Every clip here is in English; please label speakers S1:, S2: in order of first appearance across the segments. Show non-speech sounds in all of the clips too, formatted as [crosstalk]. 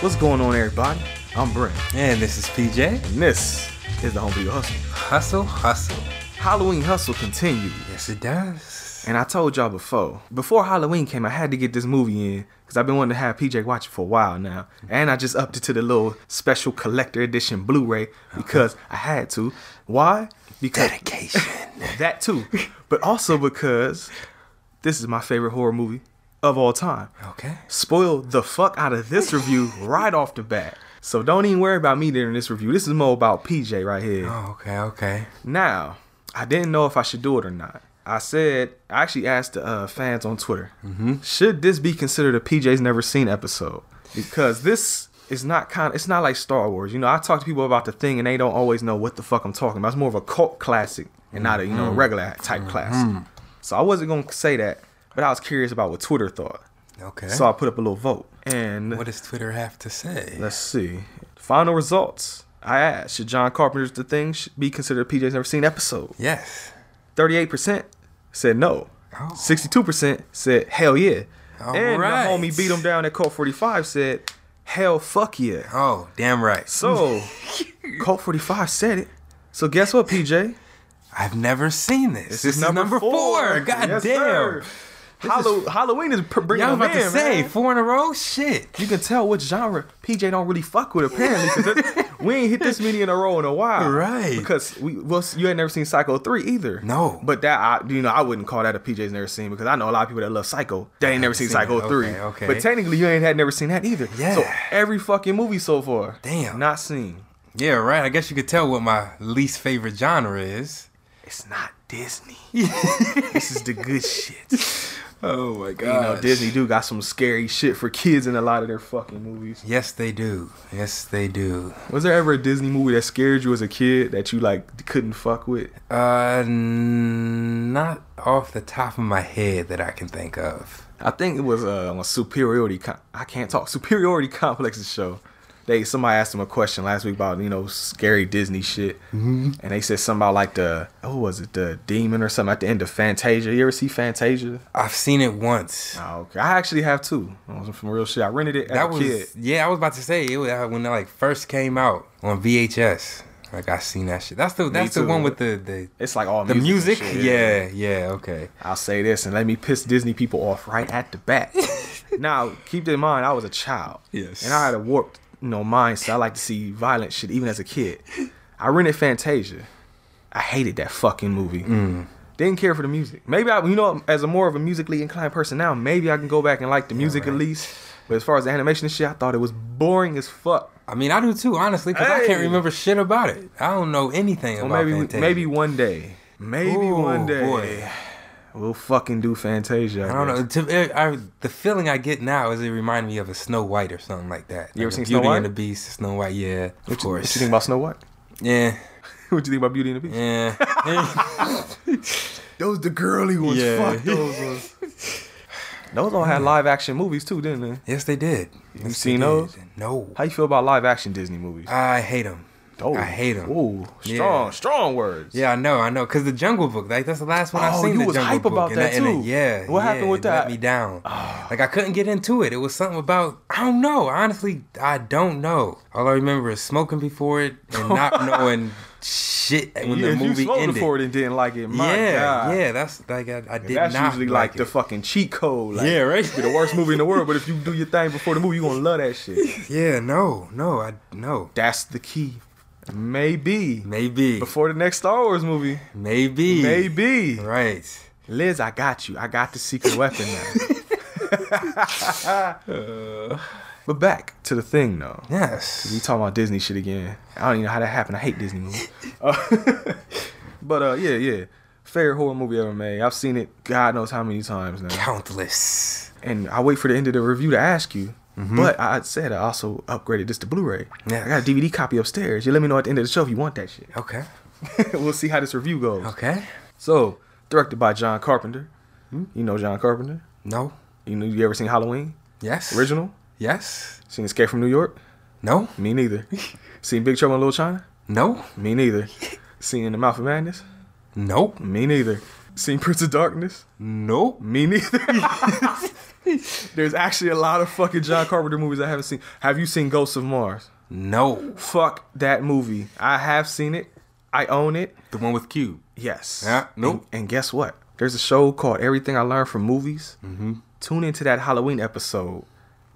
S1: What's going on, everybody? I'm Brent,
S2: And this is PJ.
S1: and this is the Home Video Hustle.
S2: Hustle, hustle.
S1: Halloween Hustle continues.
S2: Yes, it does.
S1: And I told y'all before, before Halloween came, I had to get this movie in because I've been wanting to have PJ watch it for a while now. And I just upped it to the little special collector edition Blu ray because I had to. Why? Because
S2: Dedication.
S1: that too. But also because this is my favorite horror movie of all time.
S2: okay.
S1: spoil the fuck out of this review right off the bat. So don't even worry about me during this review. This is more about PJ right here.
S2: Oh, okay, okay.
S1: Now, I didn't know if I should do it or not. I said, I actually asked the uh, fans on Twitter, should this be considered a PJ's Never Seen episode? Because this is not kind. It's not like Star Wars. You know, I talk to people about the thing and they don't always know what the fuck I'm talking about. It's more of a cult classic and not a you know a regular type classic. So I wasn't gonna say that, but I was curious about what Twitter thought.
S2: Okay.
S1: So I put up a little vote. And
S2: what does Twitter have to say?
S1: let's see. Final results. I asked, should John Carpenter's The Thing sh- be considered a PJ's Never Seen episode?
S2: Yes.
S1: 38% said no.
S2: Oh.
S1: 62% said hell yeah.
S2: All
S1: and
S2: right.
S1: the homie beat him down at Cult 45 said hell fuck yeah.
S2: Oh, damn right. [laughs]
S1: So, Cult 45 said it. So guess what, PJ?
S2: I've never seen this. This, is, number four. God
S1: Yes,
S2: damn.
S1: sir. Hallow- Halloween is pr- bringing
S2: Yeah, I was
S1: them
S2: about to
S1: in,
S2: say,
S1: man.
S2: four in a row? Shit.
S1: You can tell what genre PJ don't really fuck with apparently
S2: [laughs]
S1: because we ain't hit this many in a row in a while,
S2: Right.
S1: Because we well you ain't never seen Psycho three either.
S2: No.
S1: but that I you know I wouldn't call that a PJ's never seen because I know a lot of people that love Psycho that ain't never seen
S2: seen
S1: Psycho
S2: it.
S1: three.
S2: Okay, okay.
S1: But technically you ain't had never seen that either.
S2: Yeah.
S1: So every fucking movie so far,
S2: Damn.
S1: not seen.
S2: Yeah, right. I guess you could tell what my least favorite genre is.
S1: It's not Disney. [laughs] this is the good shit.
S2: [laughs] Oh, my God.
S1: You know Disney do got some scary shit for kids in a lot of their fucking movies.
S2: Yes, they do. Yes, they do.
S1: Was there ever a Disney movie that scared you as a kid that you like couldn't fuck with?
S2: Uh, n- not off the top of my head that I can think of.
S1: I think it was uh, on a superiority. Com- I can't talk superiority complexes show. They somebody asked them a question last week about you know scary Disney shit, and they said something about like the oh was it the demon or something at the end of Fantasia. You ever see Fantasia?
S2: I've seen it once.
S1: Oh, okay. I actually have two. On Some real shit. I rented it as
S2: That
S1: a
S2: was
S1: kid.
S2: yeah. I was about to say it was, uh, when it like first came out on VHS. Like I seen that shit. That's the that's the
S1: too.
S2: one with the the,
S1: It's like all
S2: the music.
S1: music. and shit.
S2: Yeah, yeah. Okay.
S1: I'll say this and let me piss Disney people off right at the
S2: [laughs]
S1: bat. now, keep in mind, I was a child.
S2: Yes.
S1: And I had a warped, you know, mind, so I like to see violent shit even as a kid. I rented Fantasia. I hated that fucking movie.
S2: Mm.
S1: Didn't care for the music. Maybe I, you know, as a more of a musically inclined person now, maybe I can go back and like the music at
S2: right.
S1: least. But as far as the animation and shit, I thought it was boring as fuck.
S2: I mean, I do too, honestly, because I can't
S1: Hey.
S2: remember shit about it. I don't know anything
S1: Well,
S2: about
S1: maybe,
S2: Fantasia.
S1: maybe one day, maybe
S2: Ooh,
S1: one day,
S2: boy.
S1: we'll fucking do Fantasia.
S2: I don't know. To, eh, I, I, the feeling I get now is it reminds me of a Snow White or something like that.
S1: You ever
S2: Like a
S1: seen Snow
S2: Beauty
S1: White?
S2: and the Beast, Snow White? Yeah, of
S1: What
S2: course.
S1: you think about Snow White?
S2: yeah,
S1: [laughs] what you think about Beauty and the Beast? [laughs]
S2: yeah.
S1: Those the girly ones.
S2: Yeah.
S1: Fuck [laughs] those ones. Those all had live action movies too, didn't they?
S2: yes, they did. Yes, they
S1: seen
S2: did.
S1: those?
S2: No,
S1: How you feel about live action Disney movies?
S2: I hate them.
S1: Oh,
S2: I hate 'em.
S1: Ooh,
S2: Yeah.
S1: strong, strong words.
S2: Yeah, I know, I know. Cause the Jungle Book, like that's the last one I've
S1: Oh,
S2: seen.
S1: you
S2: the
S1: was
S2: Jungle
S1: hype
S2: Book,
S1: about
S2: and
S1: that,
S2: and
S1: too.
S2: yeah,
S1: What
S2: yeah,
S1: happened with
S2: it
S1: that? Ah.
S2: Let me down. Like I couldn't get into it. It was something about I don't know. Honestly, I don't know. All I remember is smoking before it
S1: [laughs]
S2: and not knowing shit when
S1: Yeah,
S2: the
S1: if you
S2: movie
S1: smoked
S2: ended.
S1: before it and didn't like it, my
S2: yeah,
S1: God.
S2: yeah. That's like I, I did
S1: That's
S2: not
S1: usually like,
S2: like,
S1: the fucking cheat code. Like,
S2: Yeah, right.
S1: it'd
S2: [laughs]
S1: Be the worst movie in the world, but if you
S2: [laughs]
S1: do your thing before the movie, you gonna love that shit.
S2: it. Yeah, no, no, I no.
S1: That's the key. Maybe.
S2: Maybe.
S1: Before the next Star Wars movie.
S2: Maybe.
S1: Maybe.
S2: Right.
S1: Liz, I got you. I got the secret weapon now.
S2: [laughs]
S1: [laughs] but back to the thing though. We
S2: Yes.
S1: talking about Disney shit again. I don't even know how that happened. I hate Disney movies. Uh, [laughs] but uh, yeah, yeah. Favorite horror movie ever made. I've seen it God knows how many times now.
S2: Countless.
S1: And I wait for the end of the review to ask you. But I I said I also upgraded this to Blu-ray.
S2: Mm-hmm. Yeah.
S1: I got a DVD copy upstairs. You let me know at the end of the show if you want that shit. [laughs]
S2: Okay.
S1: we'll see how this review goes.
S2: Okay.
S1: So, directed by John Carpenter.
S2: Hmm?
S1: You know John Carpenter.
S2: No.
S1: You know you ever seen Halloween
S2: Yes.
S1: original?
S2: Yes.
S1: Seen Escape from New York?
S2: No.
S1: Me
S2: [laughs]
S1: neither. seen Big Trouble in Little China?
S2: No.
S1: Me neither. Seen In the Mouth of Madness?
S2: Nope.
S1: Me neither. Seen Prince of Darkness?
S2: Nope.
S1: Me
S2: [laughs]
S1: neither. There's actually a lot of fucking John Carpenter movies I haven't seen. Have you seen Ghosts of Mars?
S2: No.
S1: Fuck that movie. I have seen it. I own it.
S2: The one with Cube.
S1: Yes.
S2: Yeah, nope.
S1: And, and guess what? There's a show called Everything I Learned from Movies. Mm-hmm. Tune into that Halloween episode.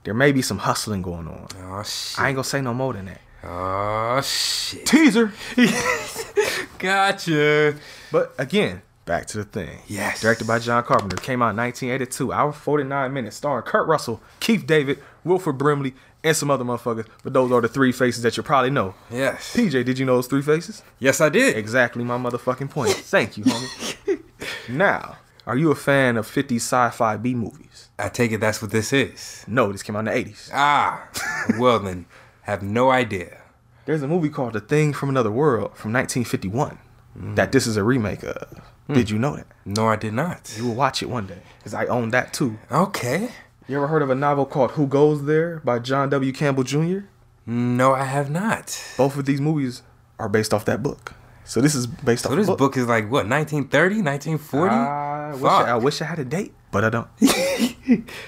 S1: There may be some hustling going on.
S2: Oh shit.
S1: I ain't gonna say no more than that.
S2: Oh shit.
S1: Teaser.
S2: Gotcha.
S1: [laughs] But again, back to the thing.
S2: Yes.
S1: Directed by John Carpenter. Came out in 1982, hour 49 minutes, starring Kurt Russell, Keith David, Wilford Brimley, and some other motherfuckers. But those are the three faces that you probably know.
S2: Yes.
S1: PJ, did you know those three faces?
S2: Yes, I did.
S1: Exactly my motherfucking point. Thank you, homie. now, are you a fan of 50 sci-fi B movies?
S2: I take it that's what this is.
S1: No, this came out in the 80s.
S2: Ah. [laughs] well then, have no idea.
S1: There's a movie called The Thing from Another World from 1951 that this is a remake of. Did you know that?
S2: No, I did not.
S1: You will watch it one day because I own that too.
S2: Okay.
S1: You ever heard of a novel called Who Goes There by John W. Campbell Jr.?
S2: No, I have not.
S1: Both of these movies are based off that book. So this is based off
S2: So this
S1: the
S2: book, is like what, 1930, 1940? Ah,
S1: I wish I, I
S2: Fuck.
S1: wish I had a date, but I
S2: [laughs]
S1: don't.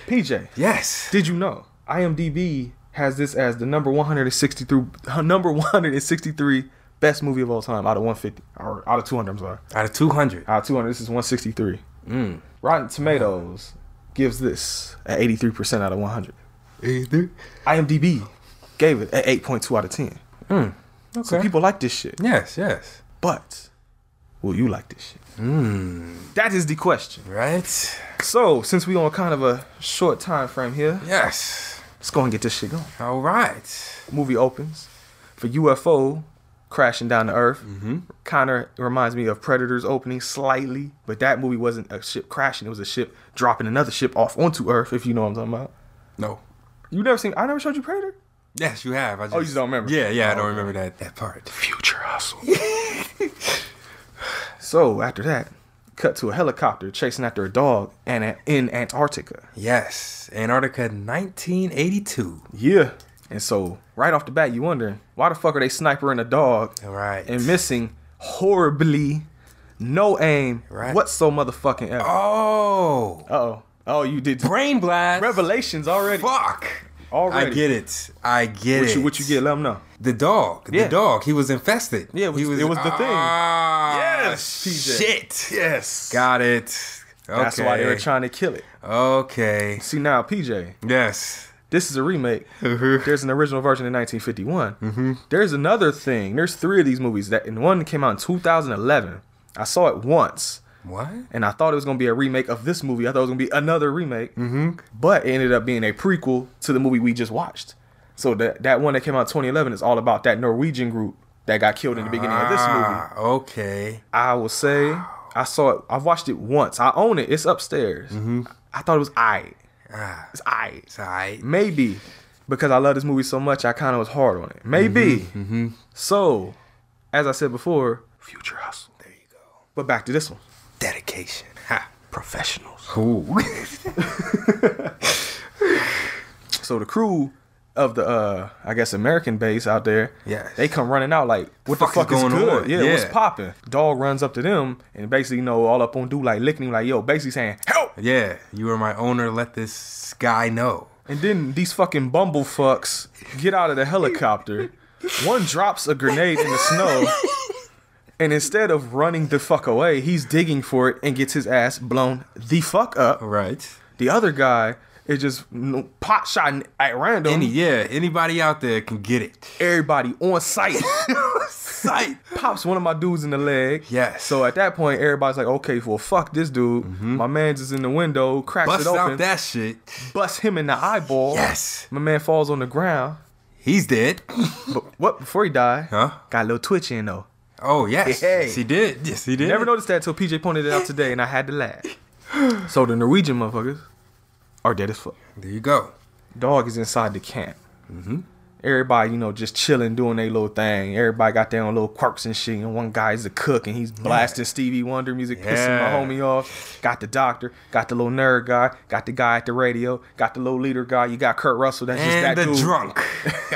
S1: PJ,
S2: Yes.
S1: Did you know IMDb has this as the number 163 [laughs] number 163 best movie of all time out of 150 or out of 200? I'm sorry,
S2: Out of 200.
S1: out of 200. This is 163.
S2: Mm.
S1: Rotten Tomatoes gives this at 83 percent out of 100.
S2: Either.
S1: IMDb gave it at 8.2 out of 10.
S2: Okay.
S1: So people like this shit,
S2: yes, yes.
S1: but will you like this shit? That is the question.
S2: Right?
S1: So since we on kind of a short time frame here,
S2: Yes.
S1: let's go and get this shit going.
S2: All right.
S1: movie opens for UFO crashing down to Earth. Kind of reminds me of Predator's opening slightly, but that movie wasn't a ship crashing; it was a ship dropping another ship off onto Earth. If you know what I'm talking about.
S2: No.
S1: You never seen? I never showed you Predator.
S2: Yes, you have. I just,
S1: Oh, you just don't remember. Oh,
S2: Yeah, yeah, I don't remember that, that part.
S1: Future hustle. [laughs] so after that, cut to a helicopter chasing after a dog and a- in Antarctica.
S2: Yes. Antarctica 1982.
S1: Yeah. And so right off the bat, you wondering why the fuck are they snipering a dog
S2: All right.
S1: and missing horribly. No aim.
S2: Right.
S1: What's so motherfucking ever? Uh
S2: oh.
S1: oh. Oh, you did
S2: Brain blast.
S1: revelations already.
S2: Fuck.
S1: Already.
S2: I get it. I get
S1: What
S2: it.
S1: you what you get? Let them know.
S2: The dog.
S1: Yeah.
S2: The dog. He was infested.
S1: Yeah, it was-
S2: he
S1: it was the thing.
S2: Ah,
S1: Yes, TJ.
S2: Shit.
S1: Yes.
S2: Got it. Okay.
S1: That's why they were trying to kill it.
S2: Okay.
S1: See now, PJ,
S2: Yes.
S1: this is a remake. There's an original version in 1951. There's another thing. There's three of these movies that, and one came out in 2011. I saw it once.
S2: What?
S1: and I thought it was gonna be a remake of this movie. I thought it was gonna be another remake, mm-hmm. but it ended up being a prequel to the movie we just watched. So that that one that came out in 2011 is all about that Norwegian group that got killed in the beginning of this movie.
S2: Ah, okay.
S1: I will say I saw it. I've watched it once. I own it. It's upstairs. I thought it was I.
S2: Ah,
S1: It's I.
S2: it's all right.
S1: Maybe because I love this movie so much, I kind of was hard on it. Maybe.
S2: Mm-hmm,
S1: So, as I said before,
S2: Future hustle. There you go.
S1: but back to this one.
S2: Dedication. Ha.
S1: Professionals. [laughs]
S2: Cool.
S1: So the crew of the uh I guess American base out there,
S2: Yes.
S1: they come running out like, what the fuck, is,
S2: going
S1: good?
S2: on?
S1: Yeah, what's
S2: Yeah.
S1: popping? Dog runs up to them and basically, you know, all up on dude like licking him, like yo, basically saying help.
S2: yeah, you are my owner. Let this guy know.
S1: And then these fucking bumble fucks get out of the helicopter. One drops a grenade in the snow. And instead of running the fuck away, he's digging for it and gets his ass blown the fuck up.
S2: All right.
S1: The other guy It's just you know, pot shot at random.
S2: Any yeah, anybody out there can get
S1: [laughs]
S2: it.
S1: everybody on
S2: [laughs]
S1: site.
S2: Sight.
S1: Pops one of my dudes in the leg.
S2: Yes. Mm-hmm.
S1: So at that point, everybody's like, okay, well, fuck this dude. My man's is in the window, cracks
S2: Bust
S1: it open,
S2: out that shit.
S1: busts him in the eyeball.
S2: Yes.
S1: My man falls on the ground.
S2: He's dead.
S1: But what? Before he died,
S2: Huh?
S1: got a little twitch in though.
S2: Oh yes.
S1: Hey.
S2: Yes, he did. Yes, he did.
S1: Never noticed that till PJ pointed it out today, and I had to
S2: [sighs]
S1: laugh. so the Norwegian motherfuckers are dead as fuck.
S2: There you go.
S1: Dog is inside the camp.
S2: Mm-hmm.
S1: Everybody, you know, just chilling, doing their little thing. Everybody got their own little quirks and shit. And one guy's a cook, and he's blasting Stevie Wonder music,
S2: Yeah.
S1: pissing my homie off. Got the doctor, got the little nerd guy, got the guy at the radio, got the little leader guy. You got Kurt Russell. That's just that
S2: And the
S1: dude.
S2: drunk.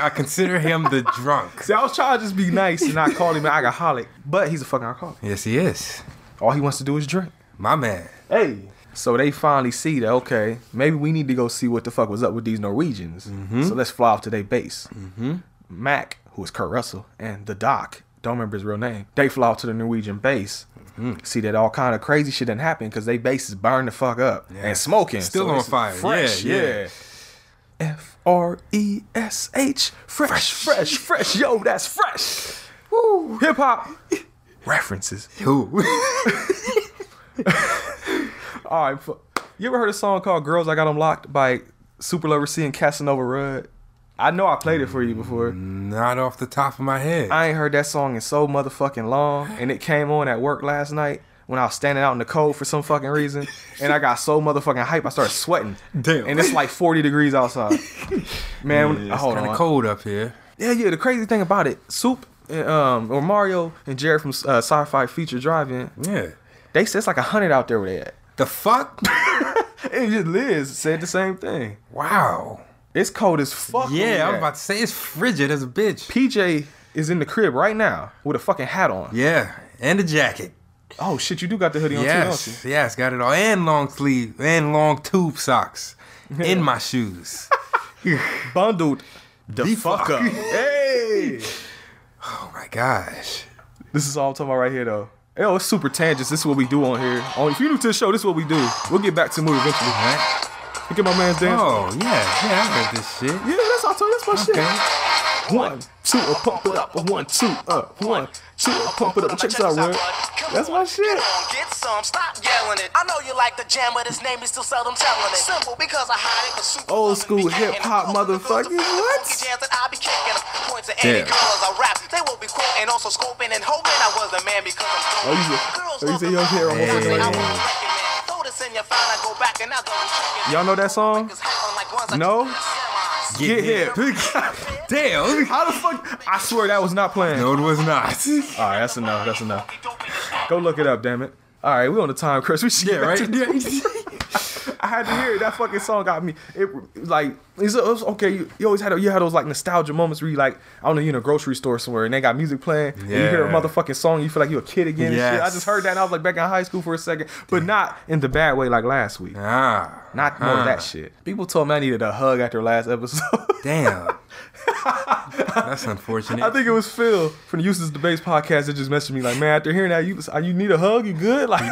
S2: I consider him
S1: [laughs]
S2: the drunk.
S1: See, I was trying to just be nice and not call him an alcoholic, but he's a fucking alcoholic.
S2: Yes, he is.
S1: All he wants to do is drink.
S2: My man.
S1: Hey. So they finally see that okay, maybe we need to go see what the fuck was up with these Norwegians.
S2: Mm-hmm.
S1: So let's fly off to their base. Mm-hmm. Mac, who is Kurt Russell, and the Doc, don't remember his real name. They fly off to the Norwegian base.
S2: Mm-hmm.
S1: See that all kind of crazy shit done happened because they base is burned the fuck up and smoking,
S2: Still
S1: So
S2: on
S1: it's
S2: fire.
S1: Fresh,
S2: Yeah, yeah.
S1: F R E S H, fresh, fresh, fresh. Yo, that's fresh. Woo, hip hop references.
S2: Who?
S1: All right. fu- You ever heard a song called "Girls I Got 'Em Locked" by Super Lover C and Casanova Rudd? I know I played it for you before.
S2: [laughs] Not off the top of my head.
S1: I ain't heard that song in so motherfucking long, and it came on at work last night when I was standing out in the cold for some fucking reason, and I got so motherfucking hype I started sweating.
S2: Damn.
S1: And it's like 40 degrees
S2: [laughs]
S1: outside. Man, when-
S2: it's
S1: hold
S2: kind
S1: on.
S2: of cold up here.
S1: Yeah, yeah. The crazy thing about it, Soup, and, um, or Mario and Jared from uh, Sci-Fi Feature Drive-In,
S2: Yeah.
S1: they said it's like hundred out there where they at.
S2: The
S1: [laughs]
S2: fuck?
S1: And just Liz said the same thing.
S2: Wow.
S1: It's cold as fuck. where we
S2: Yeah, I'm
S1: at.
S2: about to say it's frigid as a bitch.
S1: PJ is in the crib right now with a fucking hat on.
S2: Yeah, and a jacket.
S1: Oh shit, you do got the hoodie on too,
S2: Yes,
S1: don't
S2: yes, got it all, and long sleeve and long
S1: [laughs]
S2: tube socks in my shoes.
S1: you? Bundled the,
S2: The
S1: fuck,
S2: fuck.
S1: up. [laughs] hey,
S2: Oh my
S1: [laughs]
S2: gosh.
S1: this is all I'm talking about right here though. Yo, it's super tangents. This is what we do on here. Oh, if you're new to the show, this is what we do. We'll get back to the movie eventually.
S2: Right?
S1: Look at my man's dance.
S2: Oh yeah, yeah, I heard this shit.
S1: Yeah, that's all. That's my shit.
S2: Okay.
S1: One, two, uh, pump it up. One, two, uh, one, two, uh, pump it up. Check this out, bro. That's my
S3: Get
S1: shit.
S3: on, get some, stop yelling it. I know you like the jam, but his name is still seldom telling it. Simple because I hide it. 'cause super
S1: Old
S3: loving
S1: school
S3: be
S1: hip-hop
S3: getting it. Close to the
S1: motherfuckers,
S3: good, the funky
S1: what?
S3: jams that I be kicking. Point to any
S2: Yeah.
S3: girls I rap. They will be quoting, also scoping and hoping I was the man because I'm
S1: Oh, you said- oh, you said your hair almost
S3: Girls
S2: looked
S3: love
S2: like a
S3: me, I
S2: man.
S3: was recommend. Throw this in your file, I go back and I double check it.
S1: Y'all know that song?
S3: Niggas hating like ones I
S1: No?
S3: just memorized.
S1: Get hip.
S2: [laughs]
S1: [laughs]
S2: Damn.
S1: How the fuck? I swear that was not playing.
S2: No, it
S1: [laughs]
S2: was not.
S1: All right, that's enough. That's enough. Go look it up, damn it. All right, we on the time, Chris. We should
S2: Yeah,
S1: get
S2: right. [laughs]
S1: right. I had to hear it. That fucking song got me. It like it's, it was okay. You, you always had you had those like nostalgia moments where you like I don't know you in a grocery store somewhere and they got music playing and you hear a
S2: Yeah.
S1: motherfucking song you feel like you're a kid again. And shit. I
S2: Yes.
S1: just heard that and I was like back in high school for a second, but not in the bad way like last week.
S2: ah.
S1: Not more of that shit. People told me I needed a hug after last episode. [laughs]
S2: Damn. That's unfortunate.
S1: I think it was Phil from the Useless Debates podcast that just messaged me like, man, after hearing that, you you need a hug, you good? [laughs] Like,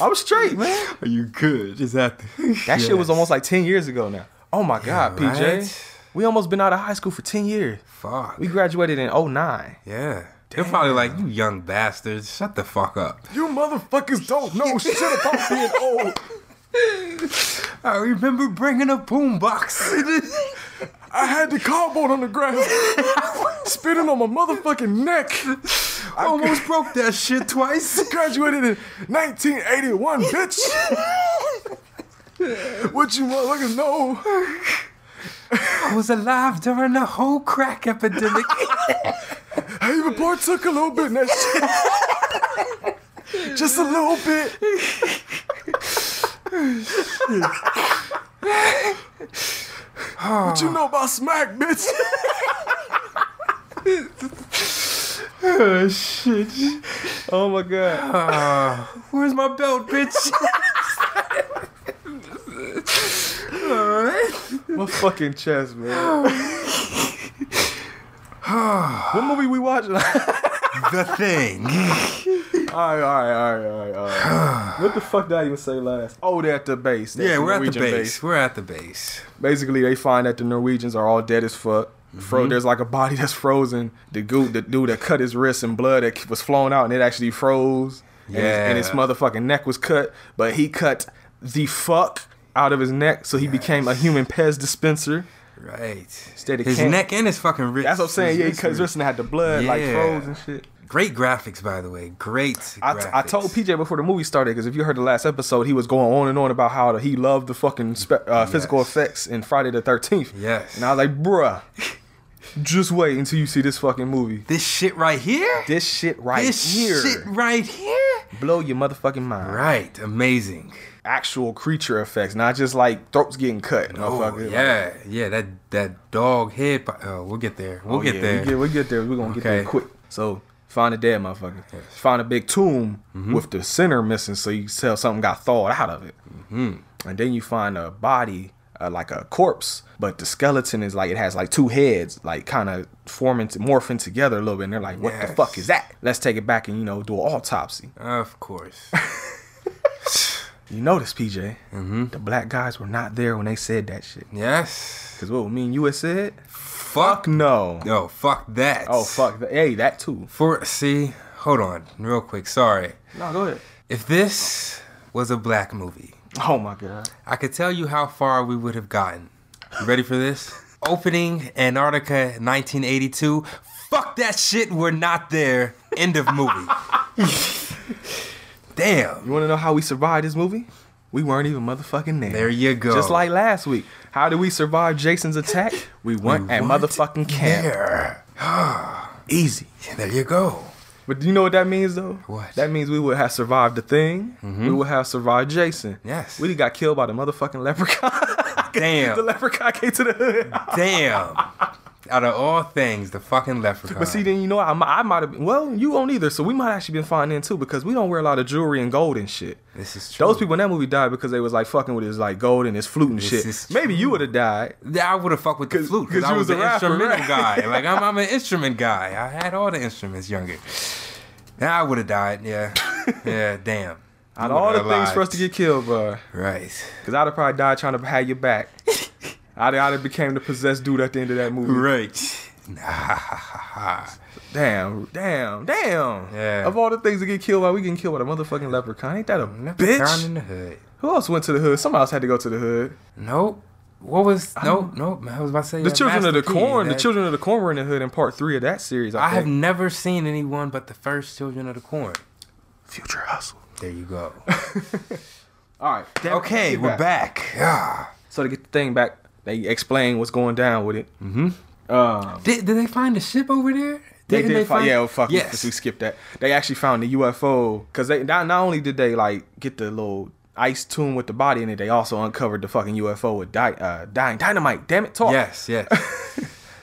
S1: I'm straight, man.
S2: Are you good? Is that [laughs]
S1: That shit was almost like 10 years ago now. Oh my God, PJ.
S2: right?
S1: We almost been out of high school for 10 years.
S2: fuck?
S1: We graduated in 09.
S2: yeah. They're probably like, you young bastards, shut the fuck up.
S1: You motherfuckers don't [laughs] know shit about being old.
S2: I remember bringing a boombox.
S1: I had the cardboard on the ground, [laughs] spitting on my motherfucking neck.
S2: I
S1: Oh
S2: almost broke that shit twice.
S1: Graduated in 1981, [laughs] bitch. what you motherfuckers know?
S2: I was alive during the whole crack epidemic.
S1: I even partook a little bit in that shit. Just a little bit. what you know about smack, bitch?
S2: oh, shit.
S1: Oh my god.
S2: Where's my belt, bitch?
S1: My fucking chest, man. what movie we watching? [laughs]
S2: the thing.
S1: all right, all right, all right, all right, all right. what the fuck did I even say last? Oh, they're at the base. That's
S2: Yeah, we're at the
S1: Norwegian
S2: base. We're at the base.
S1: Basically, they find that the Norwegians are all dead as fuck.
S2: Mm-hmm.
S1: Fro- There's like a body that's frozen. The dude, the dude that cut his wrist and blood that was flowing out, and it actually froze. And his- and his
S2: Yeah.
S1: motherfucking neck was cut, but he cut the fuck out of his neck, so he became a human Pez dispenser.
S2: Right.
S1: Instead of
S2: his
S1: camp-
S2: neck and his fucking wrist.
S1: That's what I'm saying.
S2: His
S1: Yeah, he
S2: wrist
S1: cut his
S2: was-
S1: wrist and had the blood like
S2: Yeah.
S1: froze and shit.
S2: Great graphics, by the way. Great.
S1: I, t- I told
S2: graphics.
S1: PJ before the movie started because if you heard the last episode, he was going on and on about how he loved the fucking spe- uh, physical
S2: Yes.
S1: effects in Friday the Thirteenth.
S2: Yes.
S1: and I was like, bruh, just wait until you see this fucking movie.
S2: this shit right here.
S1: This shit right
S2: This
S1: here
S2: shit right here.
S1: blow your motherfucking mind.
S2: Right. Amazing.
S1: Actual creature effects, not just like throats getting cut.
S2: Oh
S1: motherfucker.
S2: yeah, yeah. That that dog head. po- Oh, we'll get there. We'll
S1: Oh,
S2: get
S1: yeah,
S2: there.
S1: We get, we get there. We're gonna get there
S2: Okay.
S1: quick. So find a dead motherfucker. Find a big tomb with the center missing, so you can tell something got thawed out of it. And then you find a body, uh, like a corpse, but the skeleton is like it has like two heads, like kind of forming, to, morphing together a little bit. And they're like, "What the
S2: Yes.
S1: fuck is that?" Let's take it back and you know do an autopsy.
S2: Of course. [laughs]
S1: You notice, PJ, the black guys were not there when they said that shit.
S2: yes.
S1: Cause what me and you had said?
S2: Fuck.
S1: No.
S2: No. Fuck that.
S1: Oh fuck. that- Hey, that too.
S2: For see, hold on, real quick. Sorry.
S1: No, go ahead.
S2: If this was a black movie,
S1: Oh my god.
S2: I could tell you how far we would have gotten. You ready for this? Opening Antarctica 1982. Fuck that shit, we're not there. End of movie.
S1: [laughs]
S2: Damn.
S1: You want to know how we survived this movie? We weren't even motherfucking there.
S2: There you go.
S1: Just like last week. How did we survive Jason's
S2: [laughs]
S1: attack? We weren't at
S2: weren't
S1: motherfucking camp.
S2: There.
S1: Easy.
S2: There
S1: [laughs]
S2: you go.
S1: But do you know what that means though?
S2: What? Mm-hmm.
S1: That means we would have survived the thing. We would have survived Jason.
S2: Yes.
S1: We got killed by the motherfucking leprechaun. [laughs]
S2: Damn.
S1: the leprechaun came to the
S2: [laughs]
S1: hood.
S2: Damn. Out of all things, the fucking leprechaun.
S1: But see, then you know, I, mi- I might have been. Well, you won't either. So we might actually been fine then too, because we don't wear a lot of jewelry and gold and shit.
S2: This is
S1: Those
S2: true.
S1: people in that movie died because they was like fucking with his like gold and his flute and shit.
S2: is
S1: Maybe you would have died.
S2: I would have fucked with the
S1: 'Cause-
S2: flute
S1: 'cause
S2: because I
S1: you
S2: was,
S1: was a
S2: an
S1: rapper,
S2: instrumental
S1: right? [laughs]
S2: guy. Like I'm, I'm an instrument guy. I had all the instruments younger. Now I would have died.
S1: [laughs]
S2: Yeah, yeah. Damn.
S1: Out of all the things for us to get killed, bro.
S2: right,
S1: Because I'd have probably died trying to have your
S2: [laughs]
S1: back. I'd, I'd have became the possessed dude at the end of that movie.
S2: right. Nah.
S1: Damn, damn, damn.
S2: Yeah.
S1: Of all the things to get killed by, we getting killed by a motherfucking leprechaun. Ain't that a
S2: Down
S1: bitch?
S2: in the hood.
S1: Who else went to the hood? Somebody else had to go to the hood.
S2: Nope. What was nope nope? I was about to say
S1: The
S2: uh,
S1: children of the
S2: Master P,
S1: corn. The
S2: that-
S1: children of the corn were in the hood in part three of that series. I,
S2: I have
S1: think.
S2: never seen anyone but the first children of the corn.
S1: future hustle.
S2: There
S1: [laughs]
S2: you go.
S1: All right. damn it,
S2: Okay,
S1: get
S2: we're back. Yeah.
S1: So to get the thing back, they explain what's going down with it. Mm-hmm. Um,
S2: Did, did they find a ship over there?
S1: They
S2: Didn't
S1: did find, yeah, oh, fuck, we-
S2: Yes.
S1: we skipped that. They actually found the UFO because they not, not only did they like get the little ice tomb with the body in it, they also uncovered the fucking UFO with di- uh, dying dynamite. Damn it, talk.
S2: Yes, yes,